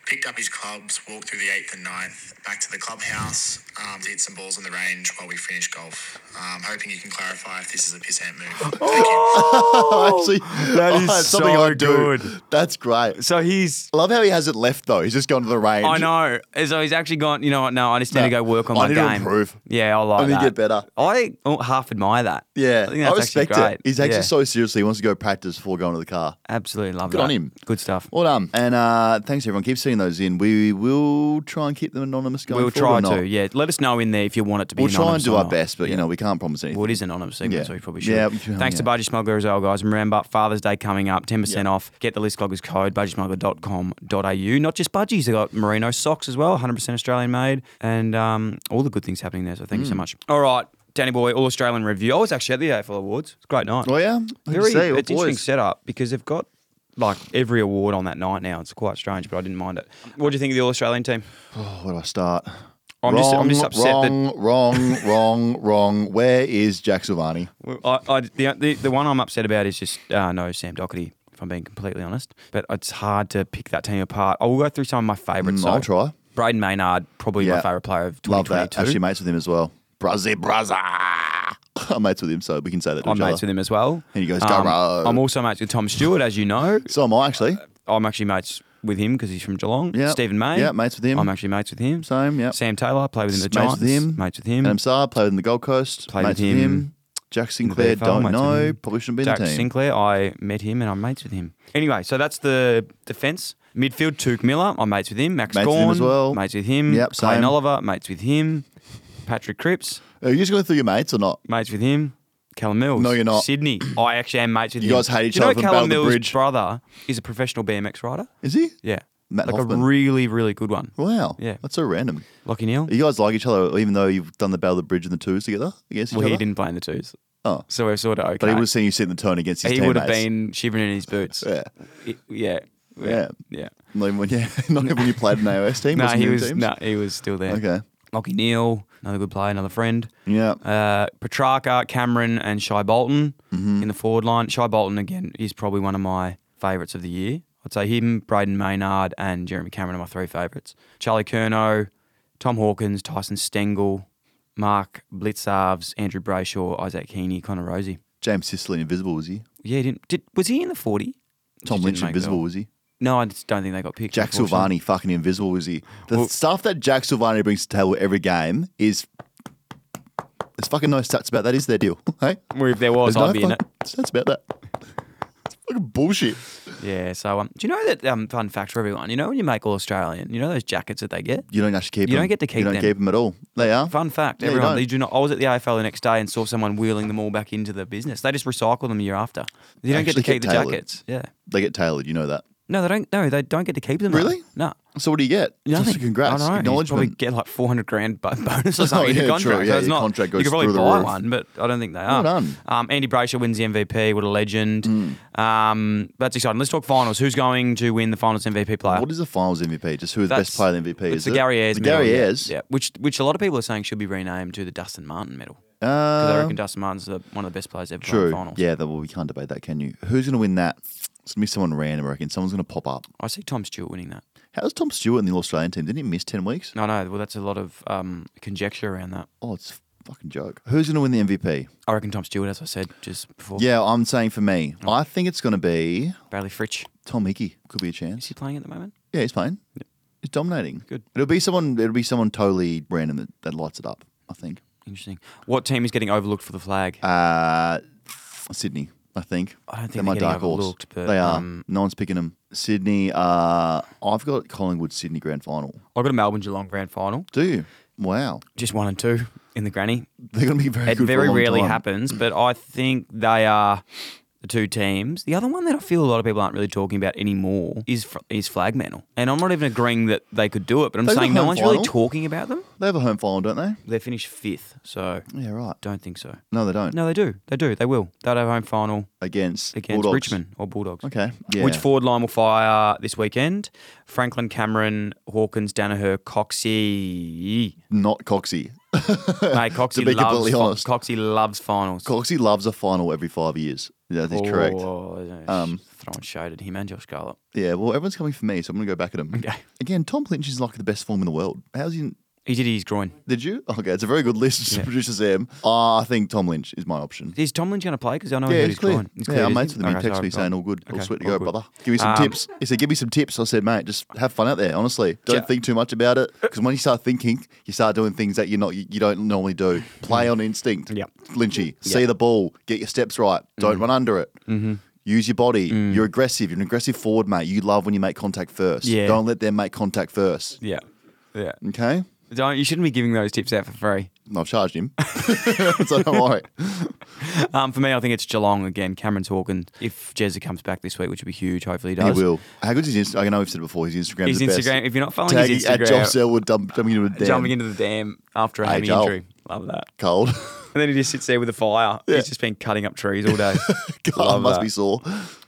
Speaker 6: picked up his clubs, walked through the eighth and ninth, back to the clubhouse um, to hit some balls on the range while we finished golf. Um, hoping you can clarify if this is a piss hand move. Thank you.
Speaker 1: Actually,
Speaker 2: Oh, that is
Speaker 1: that's something
Speaker 2: so
Speaker 1: I do.
Speaker 2: good.
Speaker 1: That's great.
Speaker 2: So he's.
Speaker 1: I love how he hasn't left though. He's just gone to the range.
Speaker 2: I know. So he's actually gone. You know what? No, I just need
Speaker 1: No,
Speaker 2: to go work on
Speaker 1: I
Speaker 2: my
Speaker 1: need to
Speaker 2: game.
Speaker 1: improve.
Speaker 2: Yeah, I like
Speaker 1: I need to
Speaker 2: that.
Speaker 1: get better.
Speaker 2: I oh, half admire that.
Speaker 1: Yeah,
Speaker 2: I think that's
Speaker 1: respect
Speaker 2: actually great.
Speaker 1: it. He's actually
Speaker 2: Yeah.
Speaker 1: so seriously. He wants to go practice before going to the car.
Speaker 2: Absolutely love
Speaker 1: Good
Speaker 2: that.
Speaker 1: on him.
Speaker 2: Good stuff.
Speaker 1: Well done. And uh, thanks everyone. Keep sending those in. We will try and keep them anonymous going
Speaker 2: We'll try
Speaker 1: forward or
Speaker 2: to.
Speaker 1: not.
Speaker 2: Yeah, let us know in there if you want it to be.
Speaker 1: We'll try and
Speaker 2: anonymous
Speaker 1: do
Speaker 2: or
Speaker 1: our
Speaker 2: not.
Speaker 1: best, but you know we can't promise anything.
Speaker 2: Well, it is an anonymous segment,
Speaker 1: Yeah.
Speaker 2: so we probably should.
Speaker 1: Yeah, we should,
Speaker 2: Thanks to
Speaker 1: yeah.
Speaker 2: Budgie Smuggler as well, guys. And remember, Father's Day coming up, 10% off. Get the list cloggers code, budgiesmuggler.com.au. Not just budgies, they got merino socks as well, 100% Australian made, and um, all the good things happening there. So thank you
Speaker 1: Mm.
Speaker 2: so much. All right, Danny Boy, All Australian Review. I was actually at the AFL Awards. It's a great night.
Speaker 1: Oh yeah. Who'd you
Speaker 2: Very,
Speaker 1: see? What
Speaker 2: it's interesting
Speaker 1: boys?
Speaker 2: setup because they've got like every award on that night now. It's quite strange, but I didn't mind it. What do you think of the All Australian team?
Speaker 1: Oh, where do I start?
Speaker 2: I'm
Speaker 1: wrong,
Speaker 2: just- I'm just upset that-
Speaker 1: wrong, wrong, wrong, wrong. Where is Jack Silvani?
Speaker 2: Well, I, I, the, the, the one I'm upset about is just uh, no Sam Doherty, if I'm being completely honest. But it's hard to pick that team apart. I will go through some of my favourites.
Speaker 1: Mm, I'll
Speaker 2: though.
Speaker 1: try.
Speaker 2: Braden Maynard, probably my
Speaker 1: Yeah.
Speaker 2: favourite player of
Speaker 1: Love that.
Speaker 2: 2022.
Speaker 1: Actually, mates with him as well. Brazzy, brazza. I'm mates with him, so we can say that. To
Speaker 2: I'm
Speaker 1: each
Speaker 2: mates
Speaker 1: other.
Speaker 2: with him as well.
Speaker 1: And he goes,
Speaker 2: um,
Speaker 1: "Garo."
Speaker 2: I'm also mates with Tom Stewart, as you know.
Speaker 1: So am I actually.
Speaker 2: I'm actually mates with him because he's from Geelong.
Speaker 1: Yeah.
Speaker 2: Uh, Stephen May.
Speaker 1: Yeah, mates with him.
Speaker 2: I'm actually mates with him.
Speaker 1: Same, yeah.
Speaker 2: Sam Taylor, played with him. at The
Speaker 1: Mates
Speaker 2: Giants.
Speaker 1: with him.
Speaker 2: Mates with him.
Speaker 1: Adam Saab played in the Gold Coast.
Speaker 2: Played
Speaker 1: mates
Speaker 2: with
Speaker 1: with
Speaker 2: him.
Speaker 1: him. Jack Sinclair,
Speaker 2: Claire
Speaker 1: don't know. Probably shouldn't be in
Speaker 2: Jack
Speaker 1: the team.
Speaker 2: Sinclair, I met him and I'm mates with him. Anyway, so that's the defence. Midfield, Tuke Miller, I'm mates with him. Max
Speaker 1: Mates with
Speaker 2: Gorn,
Speaker 1: him as well.
Speaker 2: mates with him.
Speaker 1: Yep,
Speaker 2: Clayton
Speaker 1: same.
Speaker 2: Oliver, mates with him. Patrick Cripps,
Speaker 1: Are you just going through your mates or not?
Speaker 2: mates with him. Callum Mills.
Speaker 1: No, you're not.
Speaker 2: Sydney. I actually am mates with
Speaker 1: You
Speaker 2: him.
Speaker 1: guys hate each
Speaker 2: Do you know
Speaker 1: other from
Speaker 2: Callum
Speaker 1: Battle of the
Speaker 2: Mills'
Speaker 1: Bridge.
Speaker 2: brother is a professional BMX rider?
Speaker 1: Is he?
Speaker 2: Yeah.
Speaker 1: Matt
Speaker 2: like
Speaker 1: Hoffman.
Speaker 2: a really, really good one.
Speaker 1: wow.
Speaker 2: Yeah.
Speaker 1: That's so random.
Speaker 2: Lucky Neil.
Speaker 1: You guys like each other, even though you've done the Battle of the Bridge and the twos together against each
Speaker 2: Well, he
Speaker 1: other?
Speaker 2: didn't play in the twos,
Speaker 1: Oh.
Speaker 2: so we're sort of okay.
Speaker 1: But he would have seen you set the tone against his
Speaker 2: He would
Speaker 1: teammates.
Speaker 2: have been shivering in his boots.
Speaker 1: Yeah.
Speaker 2: I- yeah,
Speaker 1: Yeah.
Speaker 2: yeah, yeah.
Speaker 1: Not even when you, not even when you played an AOS team.
Speaker 2: No,
Speaker 1: wasn't
Speaker 2: he
Speaker 1: in
Speaker 2: was
Speaker 1: teams?
Speaker 2: no, he was still there.
Speaker 1: Okay.
Speaker 2: Lockie Neal, another good player, another friend.
Speaker 1: Yeah.
Speaker 2: Uh, Petrarca, Cameron, and Shy Bolton
Speaker 1: Mm-hmm.
Speaker 2: in the forward line. Shy Bolton again is probably one of my favourites of the year. I'd say him, Braden Maynard, and Jeremy Cameron are my three favourites. Charlie Kerno, Tom Hawkins, Tyson Stengel, Mark Blitzarves, Andrew Brayshaw, Isaac Heaney, Connor Rosie.
Speaker 1: James Sicily invisible was he?
Speaker 2: Yeah, he didn't did was he in the forty?
Speaker 1: Tom
Speaker 2: Just
Speaker 1: Lynch
Speaker 2: didn't make
Speaker 1: invisible
Speaker 2: the-
Speaker 1: was he?
Speaker 2: No, I just don't think they got picked.
Speaker 1: Jack
Speaker 2: unfortunately.
Speaker 1: Silvani fucking invisible was he? The
Speaker 2: Well-
Speaker 1: stuff that Jack Silvani brings to the table every game is there's fucking no stats about that. Is their deal? Hey,
Speaker 2: Well, if there was,
Speaker 1: there's
Speaker 2: I'd
Speaker 1: no
Speaker 2: be in
Speaker 1: fucking
Speaker 2: it.
Speaker 1: stats about that. It's fucking bullshit.
Speaker 2: Yeah. So, um, do you know that um, fun fact for everyone? You know when you make all Australian, you know those jackets that they get.
Speaker 1: You don't actually keep.
Speaker 2: You
Speaker 1: them.
Speaker 2: don't get to keep
Speaker 1: You don't
Speaker 2: them.
Speaker 1: keep them at all. They are
Speaker 2: Fun fact,
Speaker 1: Yeah, you
Speaker 2: everyone,
Speaker 1: don't.
Speaker 2: they do not. I was at the AFL the next day and saw someone wheeling them all back into the business. They just recycle them year after. You don't get to
Speaker 1: Actually
Speaker 2: keep
Speaker 1: get
Speaker 2: the
Speaker 1: tailored.
Speaker 2: jackets. Yeah.
Speaker 1: They get tailored. You know that.
Speaker 2: No, they don't. No, they don't get to keep them. though.
Speaker 1: Really?
Speaker 2: No.
Speaker 1: So what do you get?
Speaker 2: Nothing.
Speaker 1: Just congrats.
Speaker 2: I don't know. You probably
Speaker 1: Acknowledgement. Oh,
Speaker 2: get like four hundred grand bo- bonus or something in
Speaker 1: yeah,
Speaker 2: your
Speaker 1: true.
Speaker 2: contract.
Speaker 1: Yeah,
Speaker 2: so it's
Speaker 1: your
Speaker 2: not,
Speaker 1: contract
Speaker 2: you
Speaker 1: goes
Speaker 2: could probably
Speaker 1: through the
Speaker 2: buy
Speaker 1: roof.
Speaker 2: one, but I don't think they are.
Speaker 1: done. Mm.
Speaker 2: Um, Andy Brayshaw wins the MVP. What a legend. Um, that's exciting. Let's talk finals. Who's going to win the finals MVP player?
Speaker 1: What is the finals MVP? Just who is the best
Speaker 2: That's-
Speaker 1: player in the MVP?
Speaker 2: It's
Speaker 1: is
Speaker 2: the
Speaker 1: it?
Speaker 2: Gary Ayres
Speaker 1: The Gary
Speaker 2: medal, yeah.
Speaker 1: Ayres.
Speaker 2: Yeah, which which a lot of people are saying should be renamed to the Dustin Martin medal. Because I
Speaker 1: Uh,
Speaker 2: reckon Dustin Martin's the, one of the best players ever played
Speaker 1: true.
Speaker 2: finals.
Speaker 1: Yeah. That, well, we can't debate that, can you? Who's going to win that? It's going to be someone random. I reckon someone's going to pop up.
Speaker 2: I see Tom Stewart winning that.
Speaker 1: How's Tom Stewart in the Australian team? Didn't he miss ten weeks?
Speaker 2: No, no. Well, that's a lot of um, conjecture around that.
Speaker 1: Oh, it's a fucking joke. Who's going to win the MVP?
Speaker 2: I reckon Tom Stewart, as I said just before.
Speaker 1: Yeah, I'm saying for me,
Speaker 2: Oh.
Speaker 1: I think it's going to be
Speaker 2: Bradley Fritch.
Speaker 1: Tom Hickey. Could be a chance.
Speaker 2: Is he playing at the moment?
Speaker 1: Yeah, he's playing. He's dominating.
Speaker 2: Good.
Speaker 1: It'll be someone. It'll be someone totally random that, that lights it up. I think.
Speaker 2: Interesting. What team is getting overlooked for the flag?
Speaker 1: Uh, Sydney. I think.
Speaker 2: I don't think
Speaker 1: They're
Speaker 2: they're
Speaker 1: my
Speaker 2: getting
Speaker 1: dark horse.
Speaker 2: overlooked, but,
Speaker 1: they are.
Speaker 2: um,
Speaker 1: no one's picking them. Sydney. Uh, I've got Collingwood Sydney grand final.
Speaker 2: I got a Melbourne Geelong grand final.
Speaker 1: Do you? Wow.
Speaker 2: Just one and two in the granny.
Speaker 1: They're going to be very
Speaker 2: It
Speaker 1: good. for
Speaker 2: very
Speaker 1: a long
Speaker 2: rarely
Speaker 1: time.
Speaker 2: happens, but I think they are the two teams. The other one that I feel a lot of people aren't really talking about anymore is fr- is flag mantle, and I'm not even agreeing that they could do it, but I'm
Speaker 1: They've got
Speaker 2: saying no
Speaker 1: home
Speaker 2: one's
Speaker 1: final.
Speaker 2: really talking about them.
Speaker 1: They have a home final, don't they?
Speaker 2: They finished fifth, so
Speaker 1: Yeah, right.
Speaker 2: don't think so.
Speaker 1: No, they don't.
Speaker 2: No, they do. They do. They will. They'll have home final
Speaker 1: Against,
Speaker 2: against
Speaker 1: Bulldogs.
Speaker 2: Richmond or Bulldogs.
Speaker 1: Okay. Yeah.
Speaker 2: Which forward line will fire this weekend? Franklin, Cameron, Hawkins, Danaher, Coxie.
Speaker 1: Not Coxie.
Speaker 2: Mate, Coxie
Speaker 1: be
Speaker 2: loves
Speaker 1: completely
Speaker 2: fi-
Speaker 1: honest.
Speaker 2: Coxie loves finals.
Speaker 1: Coxie loves a final every five years. That
Speaker 2: Oh.
Speaker 1: is correct. Um,
Speaker 2: correct. Um, throwing shade at him and Josh Scarlett.
Speaker 1: Yeah, well, everyone's coming for me, so I'm going to go back at him.
Speaker 2: Okay.
Speaker 1: Again, Tom Lynch is like the best form in the world. How's he?
Speaker 2: He did his groin.
Speaker 1: Did you? Okay, it's a very good list. Just producer Sam. Uh, I think Tom Lynch is my option.
Speaker 2: Is Tomlin going to play? Because I know he
Speaker 1: Yeah,
Speaker 2: hurt
Speaker 1: he's
Speaker 2: his
Speaker 1: clear.
Speaker 2: groin. He's
Speaker 1: Yeah,
Speaker 2: cleared,
Speaker 1: our
Speaker 2: isn't
Speaker 1: mates
Speaker 2: he?
Speaker 1: with me
Speaker 2: Okay,
Speaker 1: texted me
Speaker 2: sorry,
Speaker 1: saying,
Speaker 2: cool.
Speaker 1: all good, all
Speaker 2: Okay,
Speaker 1: sweet to
Speaker 2: all
Speaker 1: go,
Speaker 2: good.
Speaker 1: brother. Give me some
Speaker 2: Um,
Speaker 1: tips. He said, give me some tips. I said, mate, just have fun out there, honestly. Don't
Speaker 2: Ja-
Speaker 1: think too much about it. Because when you start thinking, you start doing things that you're not, you, you don't normally do.
Speaker 2: Mm.
Speaker 1: Play on instinct.
Speaker 2: Yep.
Speaker 1: Lynchy, see the ball, get your steps right.
Speaker 2: Mm.
Speaker 1: Don't run under it. Mm-hmm. Use your body. You're aggressive. You're an aggressive forward, mate. You love when you make contact first.
Speaker 2: Yeah.
Speaker 1: Don't let them make contact first.
Speaker 2: Yeah. Yeah.
Speaker 1: Okay?
Speaker 2: Don't, you shouldn't be giving those tips out for free.
Speaker 1: I've charged him. so don't worry.
Speaker 2: Um, for me, I think it's Geelong again. Cameron Hawkins. If Jezza comes back this week, which would be huge, hopefully he
Speaker 1: He
Speaker 2: does.
Speaker 1: will. How good is his Instagram? I know we've said it before. His Instagram is
Speaker 2: His
Speaker 1: the best.
Speaker 2: Instagram. If you're not following
Speaker 1: tagging
Speaker 2: his
Speaker 1: at Josh
Speaker 2: Instagram,
Speaker 1: Selwood, dump, jumping into a dam.
Speaker 2: jumping into the dam after a
Speaker 1: Hey,
Speaker 2: hammy
Speaker 1: Joel.
Speaker 2: injury. Love that.
Speaker 1: cold.
Speaker 2: And then he just sits there with a fire. He's just been cutting up trees all day.
Speaker 1: God, I must
Speaker 2: that.
Speaker 1: be sore.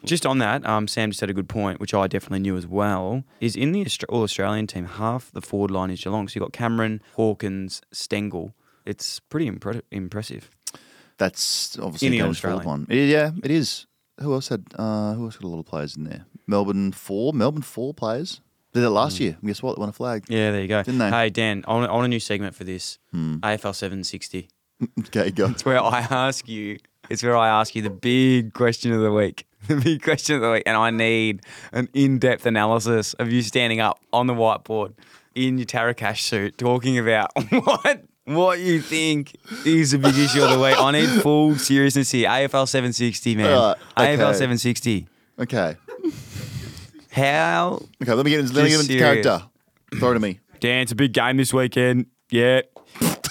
Speaker 2: Just on that, um, Sam just had a good point, which I definitely knew as well. Is in the Austra- All Australian team, half the forward line is Geelong. So you've got Cameron, Hawkins, Stengel. It's pretty impre- impressive.
Speaker 1: That's obviously
Speaker 2: In
Speaker 1: a
Speaker 2: the
Speaker 1: Danish forward one.
Speaker 2: Australian.
Speaker 1: It- yeah, it is. Who else had? Uh, who else had a lot of players in there? Melbourne four. Melbourne four players. They did it
Speaker 2: Mm.
Speaker 1: last year. And guess what? They won a flag.
Speaker 2: Yeah, there you go.
Speaker 1: Didn't they? Hmm.
Speaker 2: Hey, Dan, I want, I want a new segment for this AFL 760.
Speaker 1: Okay, go.
Speaker 2: It's where I ask you, it's where I ask you the big question of the week. The big question of the week. And I need an in depth analysis of you standing up on the whiteboard in your Tarakash suit talking about what. What you think is the big issue of the week? I need full seriousness here. AFL 760, man.
Speaker 1: Alright, okay.
Speaker 2: AFL 760.
Speaker 1: Okay.
Speaker 2: How?
Speaker 1: Okay. Let me get into, let me get
Speaker 2: Just
Speaker 1: into
Speaker 2: serious.
Speaker 1: character. Throw it to me.
Speaker 2: Dan, it's a big game this weekend. Yeah.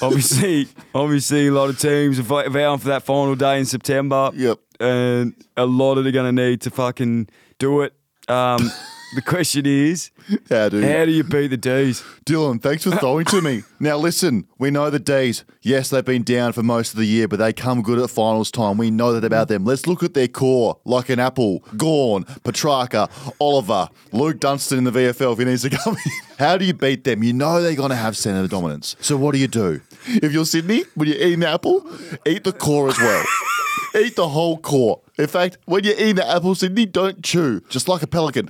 Speaker 2: obviously, obviously, a lot of teams are fi- vowing for that final day in September.
Speaker 1: Yep.
Speaker 2: and a lot of they're going to need to fucking do it. Um, The question is,
Speaker 1: How do you?
Speaker 2: how do you beat the D's?
Speaker 1: Dylan, thanks for throwing to me. Now listen, we know the D's. Yes, they've been down for most of the year, but they come good at finals time. We know that about them. Let's look at their core, like an apple, Gorn, Petrarca, Oliver, Luke Dunstan in the VFL if he needs to come in. How do you beat them? You know they're gonna have centre dominance. So what do you do? If you're Sydney, when you're eating the apple, eat the core as well. eat the whole core. In fact, when you're eating the apple, Sydney, don't chew, just like a pelican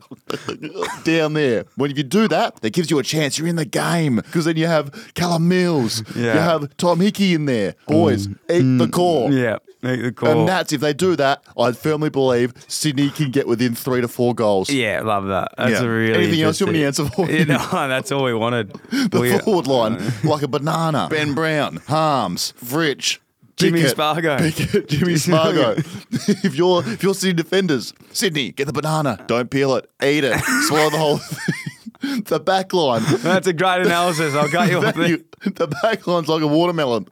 Speaker 1: down there. When you do that, that gives you a chance. You're in the game because then you have Callum Mills,
Speaker 2: Yeah. Mm.
Speaker 1: you have Tom Hickey in there. Boys, eat the core.
Speaker 2: Yeah, make the call.
Speaker 1: And that's if they do that, I firmly believe Sydney can get within three to four goals.
Speaker 2: yeah, love that. That's
Speaker 1: Yeah.
Speaker 2: a really
Speaker 1: Anything else you want me to
Speaker 2: interesting-
Speaker 1: answer for?
Speaker 2: Yeah, no, that's all we wanted.
Speaker 1: The
Speaker 2: We- uh,
Speaker 1: forward line, like a banana. Ben Brown, Harms, Fritch,
Speaker 2: Jimmy
Speaker 1: Pickett.
Speaker 2: Spargo.
Speaker 1: Pickett, Jimmy Spargo. if you're if you're Sydney defenders, Sydney, get the banana. Don't peel it. Eat it. Swallow the whole thing. The back line.
Speaker 2: That's a great analysis. I'll cut you off.
Speaker 1: Thank
Speaker 2: there.
Speaker 1: you. The back line's like a watermelon.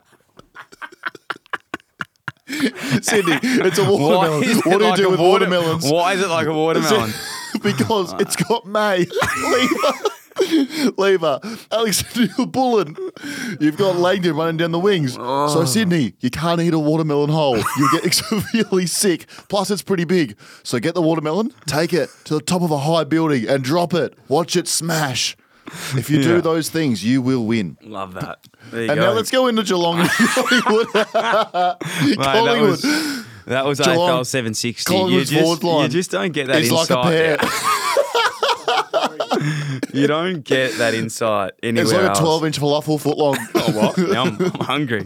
Speaker 1: Sydney, it's a watermelon.
Speaker 2: is it
Speaker 1: What do you
Speaker 2: like
Speaker 1: do
Speaker 2: a
Speaker 1: with
Speaker 2: water-
Speaker 1: watermelons?
Speaker 2: Why is it like a watermelon?
Speaker 1: because it's got May. Lever. Lever. Alexander Bullen. You've got Langdon running down the wings.
Speaker 2: Oh.
Speaker 1: So, Sydney, you can't eat a watermelon whole. You'll get severely sick. Plus, it's pretty big. So, get the watermelon, take it to the top of a high building and drop it. Watch it smash. If you
Speaker 2: Yeah.
Speaker 1: do those things, you will win.
Speaker 2: Love that. There you
Speaker 1: And
Speaker 2: go.
Speaker 1: now let's go into Geelong and Collingwood.
Speaker 2: Mate,
Speaker 1: Collingwood.
Speaker 2: That was, that was
Speaker 1: Geelong-
Speaker 2: AFL 760. You
Speaker 1: Collingwood's
Speaker 2: just,
Speaker 1: forward line
Speaker 2: you just don't get that
Speaker 1: is like
Speaker 2: insight.
Speaker 1: a pair.
Speaker 2: You don't get that insight anywhere
Speaker 1: It's like
Speaker 2: else. Oh,
Speaker 1: a 12 inch falafel foot long. Oh,
Speaker 2: Now I'm, I'm hungry.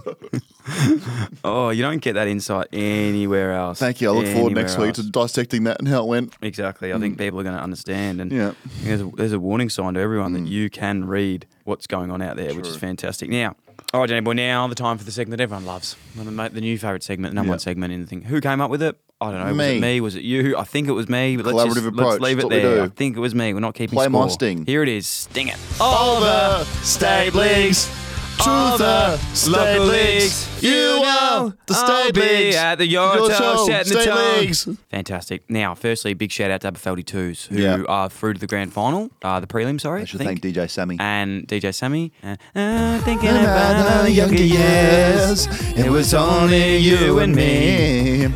Speaker 2: oh, you don't get that insight anywhere else.
Speaker 1: Thank you. I look forward
Speaker 2: Anywhere
Speaker 1: next week
Speaker 2: else.
Speaker 1: to dissecting that and how it went.
Speaker 2: Exactly. I think people are going to understand, and
Speaker 1: Mm. Yeah. Mm.
Speaker 2: I think there's, a, there's a warning sign to everyone that you can read what's going on out there, which is fantastic. Now, all right, Danny boy. Now the time for the segment that everyone loves, One of my- the new favorite segment, the number
Speaker 1: Yeah.
Speaker 2: one segment in the thing. Who came up with it? I don't know. Was
Speaker 1: Me.
Speaker 2: it me? Was it you? I think it was me. But let's, just,
Speaker 1: Collaborative
Speaker 2: let's
Speaker 1: approach.
Speaker 2: leave
Speaker 1: That's
Speaker 2: it
Speaker 1: what we
Speaker 2: there.
Speaker 1: do.
Speaker 2: I think it was me. We're not keeping
Speaker 1: Play my
Speaker 2: score.
Speaker 1: sting.
Speaker 2: Here it is. Sting it.
Speaker 1: Oliver Stablings to the Stablings. You know the
Speaker 2: I'll be
Speaker 1: Stablings.
Speaker 2: at the Yorto,
Speaker 1: Yorto
Speaker 2: setting the
Speaker 1: Stablings.
Speaker 2: tone. Fantastic. Now, firstly, big shout out to Aberfeldy Twos who
Speaker 1: Yeah.
Speaker 2: are through to the grand final, uh, the prelim, sorry.
Speaker 1: I should thank DJ Sammy.
Speaker 2: and DJ Sammy. Uh, uh, thinking about the younger years, it was only you and me.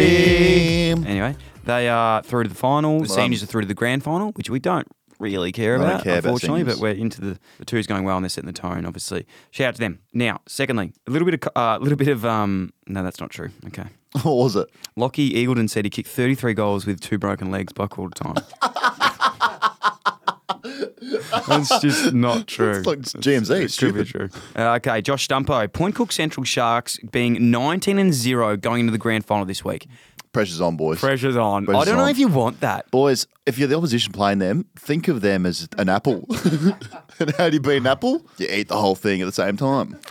Speaker 2: Anyway, they are through to the final. The
Speaker 1: Well,
Speaker 2: seniors are through to the grand final, which we um, don't really care
Speaker 1: don't
Speaker 2: about,
Speaker 1: care about
Speaker 2: unfortunately. but
Speaker 1: seniors.
Speaker 2: we're into the, the twos going well, and they're setting the tone. Obviously, shout out to them. Now, secondly, a little bit of, co- uh, little bit of, um, no, that's not true. Okay,
Speaker 1: What was it?
Speaker 2: Lockie Eagledon said he kicked 33 goals with two broken legs by quarter time. That's just not true.
Speaker 1: It's like GMZ. It's
Speaker 2: Could be
Speaker 1: stupid.
Speaker 2: true. Uh, okay, Josh Stumpo, Point Cook Central Sharks being 19 and 0 going into the grand final this week.
Speaker 1: Pressure's on, boys.
Speaker 2: Pressure's on. I
Speaker 1: Pressure's
Speaker 2: don't know
Speaker 1: on.
Speaker 2: if you want that.
Speaker 1: Boys, if you're the opposition playing them, think of them as an apple. and how do you beat an apple? You eat the whole thing at the same time.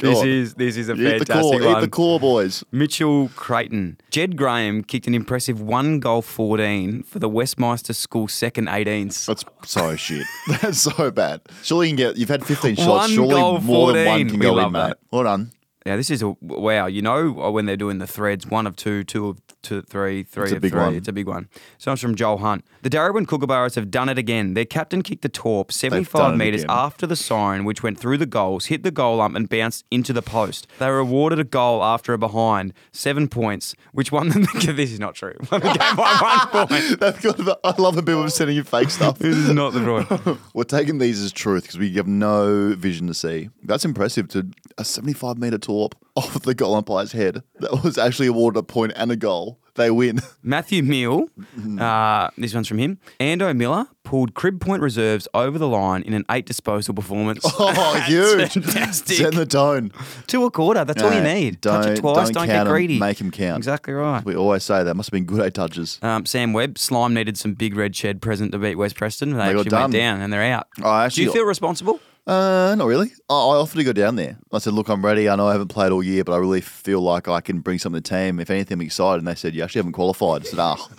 Speaker 2: This
Speaker 1: God.
Speaker 2: is this is a
Speaker 1: You eat the
Speaker 2: fantastic
Speaker 1: core.
Speaker 2: one.
Speaker 1: Eat the core, boys.
Speaker 2: Mitchell Creighton. Jed Graham kicked an impressive one goal 14 for the Westmeister School second 18s.
Speaker 1: That's so shit. That's so bad. Surely you can get. You've had 15 shots.
Speaker 2: One
Speaker 1: Surely
Speaker 2: goal,
Speaker 1: more than one
Speaker 2: 14.
Speaker 1: can
Speaker 2: We
Speaker 1: go
Speaker 2: love
Speaker 1: in,
Speaker 2: that.
Speaker 1: mate. Well done.
Speaker 2: Yeah, this is a wow. You know uh, when they're doing the threads, one of two, two of two, three, three
Speaker 1: It's a
Speaker 2: of
Speaker 1: big
Speaker 2: three.
Speaker 1: one.
Speaker 2: It's a big one. So it's from Joel Hunt. The Darwin Kookaburras have done it again. Their captain kicked the torp
Speaker 1: done
Speaker 2: 75
Speaker 1: it
Speaker 2: metres
Speaker 1: again.
Speaker 2: after the siren, which went through the goals, hit the goal ump, and bounced into the post. They were awarded a goal after a behind, seven points, which won them. this is not true. Won the game by one point.
Speaker 1: They've got the- I love when people are sending you fake stuff.
Speaker 2: This is not the right.
Speaker 1: We're taking these as truth because we have no vision to see. That's impressive to a 75 metre torp off the goal umpire's head. That was actually awarded a point and a goal. They win.
Speaker 2: Matthew Meal,
Speaker 1: Mm-hmm.
Speaker 2: uh, this one's from him. Ando Miller pulled crib point reserves over the line in an eight disposal performance.
Speaker 1: Oh,
Speaker 2: That's
Speaker 1: huge.
Speaker 2: fantastic.
Speaker 1: Set the tone.
Speaker 2: Two a quarter. That's all you
Speaker 1: No,
Speaker 2: need. Touch it
Speaker 1: don't-
Speaker 2: twice.
Speaker 1: don't
Speaker 2: Don't,
Speaker 1: count
Speaker 2: get
Speaker 1: 'em,
Speaker 2: greedy.
Speaker 1: make 'em count.
Speaker 2: Exactly right.
Speaker 1: We always say that. Must have been good eh, eight touches.
Speaker 2: Um, Sam Webb, Slime needed some big red shed present to beat West Preston. They,
Speaker 1: got
Speaker 2: actually
Speaker 1: done.
Speaker 2: went down and they're out.
Speaker 1: I
Speaker 2: Do you
Speaker 1: actually-
Speaker 2: feel responsible?
Speaker 1: Uh, not really. I, I offered to go down there. I said, look, I'm ready. I know I haven't played all year, but I really feel like I can bring something to the team. If anything, I'm excited. And they said, you actually haven't qualified. I said, ah.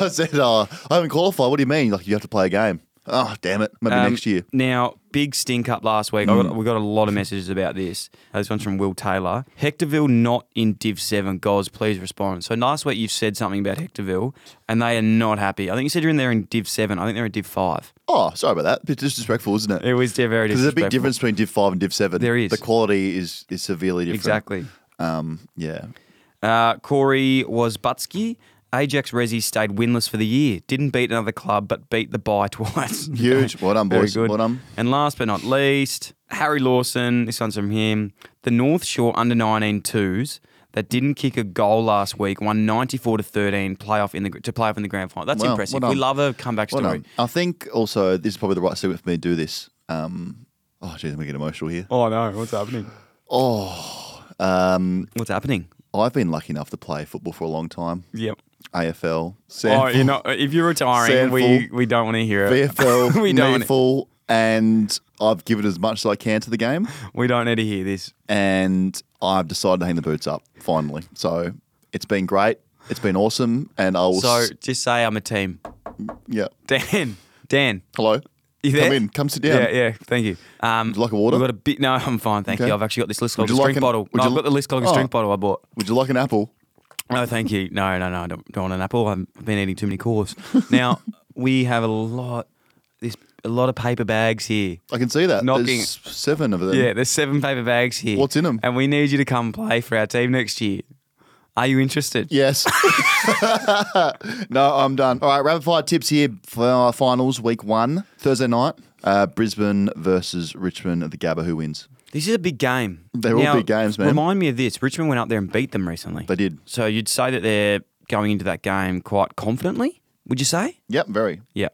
Speaker 1: I said, uh, I haven't qualified. What do you mean? Like, you have to play a game. Oh, damn it. Maybe
Speaker 2: Um,
Speaker 1: next year. Mm.
Speaker 2: Now, Big stink up last week. I got, we got a lot of messages about this. Uh, This one's from Will Taylor. Hectorville not in Div 7. Gods, please respond. So last week you've said something about Hectorville and they are not happy. I think you said you're in there in Div 7. I think they're in Div 5.
Speaker 1: Oh, sorry about that. Bit disrespectful, isn't it?
Speaker 2: It was di- very
Speaker 1: Because there's a big
Speaker 2: disrespectful.
Speaker 1: difference between Div Five and Div Seven.
Speaker 2: There is.
Speaker 1: The quality is is severely different.
Speaker 2: Exactly.
Speaker 1: Um. Yeah.
Speaker 2: Uh, Corey Wozbutsky. Ajax Resi stayed winless for the year. Didn't beat another club, but beat the buy twice.
Speaker 1: Huge. Well done,
Speaker 2: Very
Speaker 1: boys.
Speaker 2: good.
Speaker 1: Well done.
Speaker 2: And last but not least, Harry Lawson. This one's from him. The North Shore under 19 twos that didn't kick a goal last week won 94 to 13 playoff in the to play off in the grand final. That's
Speaker 1: Wow,
Speaker 2: impressive.
Speaker 1: well
Speaker 2: we
Speaker 1: done.
Speaker 2: love a comeback
Speaker 1: Well
Speaker 2: story.
Speaker 1: done. I think also this is probably the right segment for me to do this. Um. Oh, geez, I'm gonna get emotional here.
Speaker 2: Oh no, what's happening?
Speaker 1: Um,
Speaker 2: What's happening?
Speaker 1: I've been lucky enough to play football for a long time.
Speaker 2: Yep.
Speaker 1: AFL,
Speaker 2: Oh,
Speaker 1: Sandful,
Speaker 2: you know, if you're retiring, we,
Speaker 1: Sandful.
Speaker 2: we don't want to hear it.
Speaker 1: VFL,
Speaker 2: Oh, we don't.
Speaker 1: NEFL, and I've given as much as I can to the game,
Speaker 2: We don't need to hear this.
Speaker 1: and I've decided to hang the boots up finally. So it's been great. It's been awesome, and I will.
Speaker 2: So
Speaker 1: s-
Speaker 2: just say I'm a team.
Speaker 1: yeah.
Speaker 2: Dan, Dan,
Speaker 1: Hello.
Speaker 2: you
Speaker 1: Come
Speaker 2: there?
Speaker 1: in. Come sit down.
Speaker 2: Yeah, yeah. Thank you. Um, Would
Speaker 1: you like a water?
Speaker 2: We've got a bit. No, I'm fine. Thank
Speaker 1: Okay.
Speaker 2: you. I've actually got this list
Speaker 1: Would
Speaker 2: Coggins
Speaker 1: you like
Speaker 2: drink
Speaker 1: an-
Speaker 2: bottle.
Speaker 1: would
Speaker 2: No,
Speaker 1: you
Speaker 2: I've got the list Coggins
Speaker 1: Oh.
Speaker 2: drink bottle I bought.
Speaker 1: Would you like an apple?
Speaker 2: No, thank you. No, no, no. I don't, don't want an apple. I've been eating too many cores. now we have a lot. This a lot of paper bags here.
Speaker 1: I can see that.
Speaker 2: Knocking-
Speaker 1: There's seven of them.
Speaker 2: Yeah, there's seven paper bags here.
Speaker 1: What's in 'em?
Speaker 2: And we need you to come play for our team next year. Are you interested?
Speaker 1: Yes. no, I'm done. All right, rapid fire tips here for our finals, week one, Thursday night. Uh, Brisbane versus Richmond at the Gabba. Who wins?
Speaker 2: This is a big game.
Speaker 1: They're all big games, man.
Speaker 2: Remind me of this. Richmond went up there and beat them recently.
Speaker 1: They did.
Speaker 2: So you'd say that they're going into that game quite confidently, would you say?
Speaker 1: Yep, very
Speaker 2: Yeah.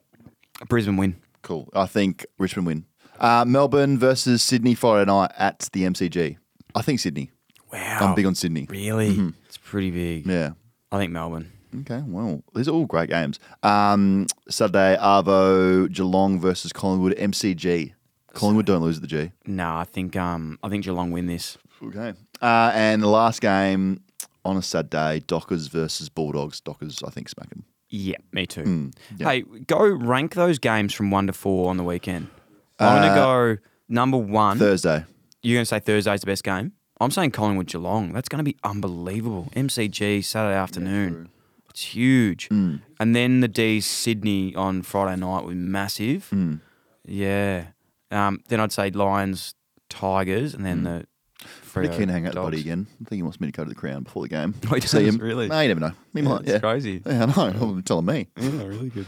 Speaker 2: Brisbane win.
Speaker 1: cool. I think Richmond win. Uh, Melbourne versus Sydney Friday night at the MCG. I think Sydney.
Speaker 2: Wow.
Speaker 1: I'm big on Sydney.
Speaker 2: Oh. Really? It's pretty big.
Speaker 1: Yeah.
Speaker 2: I think Melbourne.
Speaker 1: Okay, well, these are all great games. Um, Saturday, Arvo, Geelong versus Collingwood, MCG. Collingwood don't lose at the G.
Speaker 2: No, I think um I think Geelong win this.
Speaker 1: Okay. Uh, and the last game on a Saturday, Dockers versus Bulldogs. Dockers, I think, smack 'em.
Speaker 2: Yeah, me too.
Speaker 1: Mm, yeah.
Speaker 2: Hey, go rank those games from one to four on the weekend.
Speaker 1: Uh,
Speaker 2: I'm gonna go number one.
Speaker 1: Thursday.
Speaker 2: You're gonna say Thursday's the best game. I'm saying Collingwood Geelong. That's gonna be unbelievable. MCG Saturday afternoon. it's huge.
Speaker 1: Hmm.
Speaker 2: And then the D's Sydney on Friday night was massive.
Speaker 1: Hmm.
Speaker 2: Yeah. Um, then I'd say Lions, Tigers, and then the.
Speaker 1: Hmm. Pretty
Speaker 2: Freo
Speaker 1: keen to hang out with the
Speaker 2: Dogs.
Speaker 1: buddy again. I think he wants me to go to the crown before the game.
Speaker 2: Oh, he does,
Speaker 1: See him.
Speaker 2: really?
Speaker 1: No, you never know. He might.
Speaker 2: it's
Speaker 1: yeah.
Speaker 2: crazy.
Speaker 1: Yeah, I know. Well, you're telling me.
Speaker 2: Yeah, really good.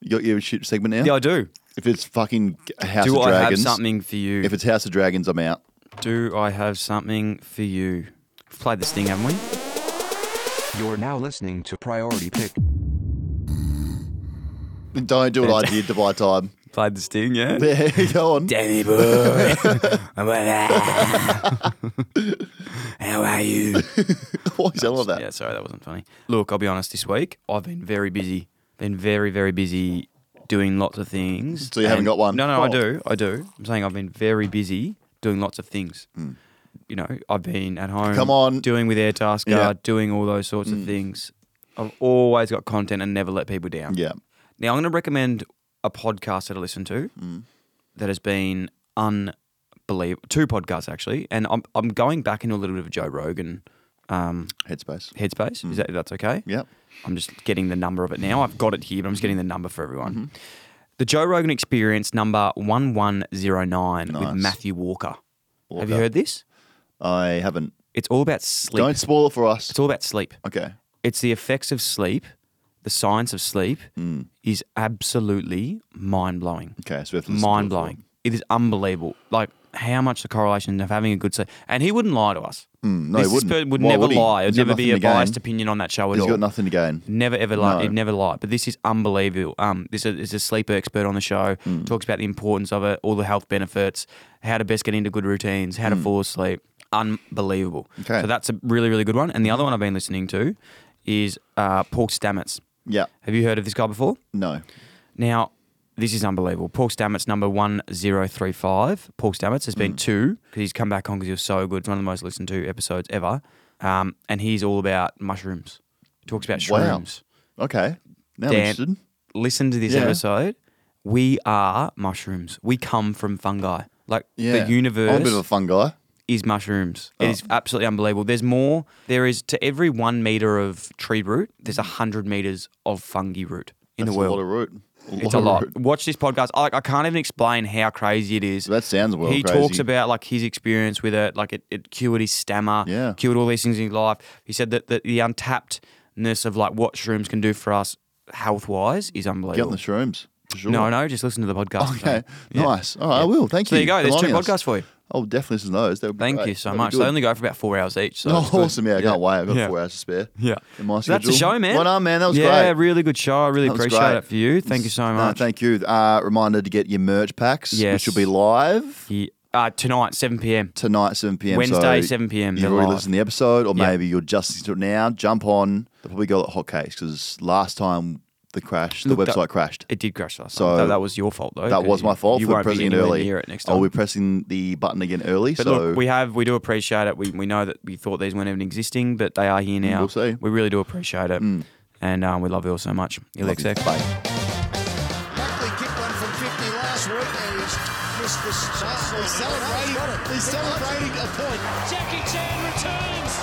Speaker 1: You got your shit segment now?
Speaker 2: Yeah, I do.
Speaker 1: If it's fucking House
Speaker 2: do
Speaker 1: of
Speaker 2: I have
Speaker 1: Dragons.
Speaker 2: something for you?
Speaker 1: If it's House of Dragons, I'm out.
Speaker 2: Do I have something for you? We've played this thing, haven't we?
Speaker 7: You're now listening to Priority Pick.
Speaker 1: Don't do what I did to buy time.
Speaker 2: Played this thing, yeah.
Speaker 1: Yeah, go on.
Speaker 2: Danny boy, I'm alive. how are you?
Speaker 1: Why is that like that?
Speaker 2: Yeah, sorry, that wasn't funny. Look, I'll be honest. This week, I've been very busy. Been very, very busy doing lots of things.
Speaker 1: So you haven't
Speaker 2: And-
Speaker 1: got one?
Speaker 2: No, no, I
Speaker 1: Oh.
Speaker 2: do. I do. I'm saying I've been very busy doing lots of things. You know, I've been at home.
Speaker 1: Hmm. Come on.
Speaker 2: doing with AirTasker,
Speaker 1: Yeah. Hmm.
Speaker 2: doing all those sorts of things. I've always got content and never let people down.
Speaker 1: Yeah.
Speaker 2: Now, I'm going to recommend a podcast that I listen to
Speaker 1: Hmm.
Speaker 2: that has been unbelievable. Two podcasts, actually. And I'm, I'm going back into a little bit of a Joe Rogan
Speaker 1: Headspace.
Speaker 2: headspace. Is that that's okay?
Speaker 1: Hmm. Yeah.
Speaker 2: I'm just getting the number of it now. I've got it here, but I'm just getting the number for everyone.
Speaker 1: Mm-hmm.
Speaker 2: The Joe Rogan Experience number 1109
Speaker 1: Nice.
Speaker 2: with Matthew Walker. Have
Speaker 1: Walker.
Speaker 2: you heard this?
Speaker 1: I haven't.
Speaker 2: It's all about sleep.
Speaker 1: Don't spoil it for us.
Speaker 2: It's all about sleep.
Speaker 1: Okay.
Speaker 2: It's the effects of sleep. The science of sleep is absolutely mind blowing.
Speaker 1: Hmm. Okay. So we have to listen to it for-
Speaker 2: mind blowing. It is unbelievable. Like how much the correlation of having a good sleep. And he wouldn't lie to us.
Speaker 1: Mm, no, he
Speaker 2: This
Speaker 1: wouldn't.
Speaker 2: person would
Speaker 1: Why
Speaker 2: never
Speaker 1: would he?
Speaker 2: lie. It'd
Speaker 1: He's got
Speaker 2: never be a
Speaker 1: nothing to gain.
Speaker 2: biased opinion on that show at
Speaker 1: He's
Speaker 2: all.
Speaker 1: got nothing to gain.
Speaker 2: Never ever lie.
Speaker 1: No.
Speaker 2: He'd never lie. But this is unbelievable. Um, this is, is a sleeper expert on the show.
Speaker 1: Mm.
Speaker 2: Talks about the importance of it, all the health benefits, how to best get into good routines, how to fall asleep. Unbelievable.
Speaker 1: Mm. Okay.
Speaker 2: So that's a really really good one. And the other one I've been listening to is uh, Paul Stamets.
Speaker 1: Yeah.
Speaker 2: Have you heard of this guy before?
Speaker 1: No.
Speaker 2: Now, this is unbelievable. Paul Stamets, number 1035. Paul Stamets has
Speaker 1: Mm.
Speaker 2: been two 'cause he's come back on because he was so good. It's one of the most listened to episodes ever. Um, and he's all about mushrooms. He talks about
Speaker 1: Wow.
Speaker 2: shrooms.
Speaker 1: Okay. Now I'm
Speaker 2: Dan-
Speaker 1: interested.
Speaker 2: Listen to this
Speaker 1: Yeah.
Speaker 2: episode. we are mushrooms. We come from fungi. Like the universe
Speaker 1: I'm a bit of a fun guy.
Speaker 2: is mushrooms. It
Speaker 1: Oh.
Speaker 2: is absolutely unbelievable. There's more. There is to every one meter of tree root. There's a hundred meters of fungi root in
Speaker 1: That's
Speaker 2: the world.
Speaker 1: a lot of root.
Speaker 2: It's a
Speaker 1: of
Speaker 2: lot.
Speaker 1: root.
Speaker 2: Watch this podcast. I, I can't even explain how crazy it is.
Speaker 1: That sounds well
Speaker 2: He
Speaker 1: crazy.
Speaker 2: talks about like his experience with it, like it, it cured his stammer,
Speaker 1: Yeah.
Speaker 2: cured all these things in his life. He said that, that the untappedness of like what shrooms can do for us health wise is
Speaker 1: Get on
Speaker 2: unbelievable.
Speaker 1: the shrooms. for Sure.
Speaker 2: No, no, just listen to the podcast.
Speaker 1: Okay.
Speaker 2: Yeah.
Speaker 1: Nice. All right, I will. Thank
Speaker 2: So
Speaker 1: you.
Speaker 2: there you go. There's two
Speaker 1: Enlightening us.
Speaker 2: podcasts for you.
Speaker 1: I'll definitely listen to those. That would be
Speaker 2: Thank
Speaker 1: great.
Speaker 2: you so
Speaker 1: That'd be
Speaker 2: much.
Speaker 1: good.
Speaker 2: They only go for about four hours each. So
Speaker 1: Oh,
Speaker 2: it's good.
Speaker 1: awesome. Yeah, I can't wait. I've got
Speaker 2: Yeah.
Speaker 1: four hours to spare.
Speaker 2: Yeah.
Speaker 1: In my
Speaker 2: So that's the
Speaker 1: schedule.
Speaker 2: show, man.
Speaker 1: Well done, man. That was
Speaker 2: yeah,
Speaker 1: great.
Speaker 2: really good show. I really
Speaker 1: That was
Speaker 2: appreciate
Speaker 1: great.
Speaker 2: it for you. Thank you so
Speaker 1: No,
Speaker 2: much.
Speaker 1: thank you. Uh, reminder to get your merch packs,
Speaker 2: Yes.
Speaker 1: which will be live
Speaker 2: you. Uh, tonight, 7 p.m.
Speaker 1: tonight, 7 p.m.
Speaker 2: Wednesday,
Speaker 1: so
Speaker 2: 7 p.m.
Speaker 1: You've
Speaker 2: they're
Speaker 1: already
Speaker 2: live.
Speaker 1: listened to the episode, or
Speaker 2: Yeah.
Speaker 1: maybe you're just listening to it now. Jump on. They'll probably go like hotcakes because last time the crash, the
Speaker 2: Look, that-
Speaker 1: website crashed.
Speaker 2: It did crash last
Speaker 1: So-
Speaker 2: time. That, that was your fault, though.
Speaker 1: That
Speaker 2: 'cause
Speaker 1: was my fault
Speaker 2: You
Speaker 1: for
Speaker 2: won't be
Speaker 1: pressing it
Speaker 2: anywhere
Speaker 1: early.
Speaker 2: near it next
Speaker 1: I'll
Speaker 2: time.
Speaker 1: be pressing the button again early.
Speaker 2: But
Speaker 1: so
Speaker 2: look, we have we do appreciate it. We we know that we thought these weren't even existing, but they are here now.
Speaker 1: we'll see. Mm.
Speaker 2: We really do appreciate it, and um, we love you all so much. LXX.
Speaker 1: Bye.
Speaker 4: Buckley kicked one from 50 last week and he's missed the shot. He's celebrating, he's celebrating a point.
Speaker 5: Jackie Chan returns.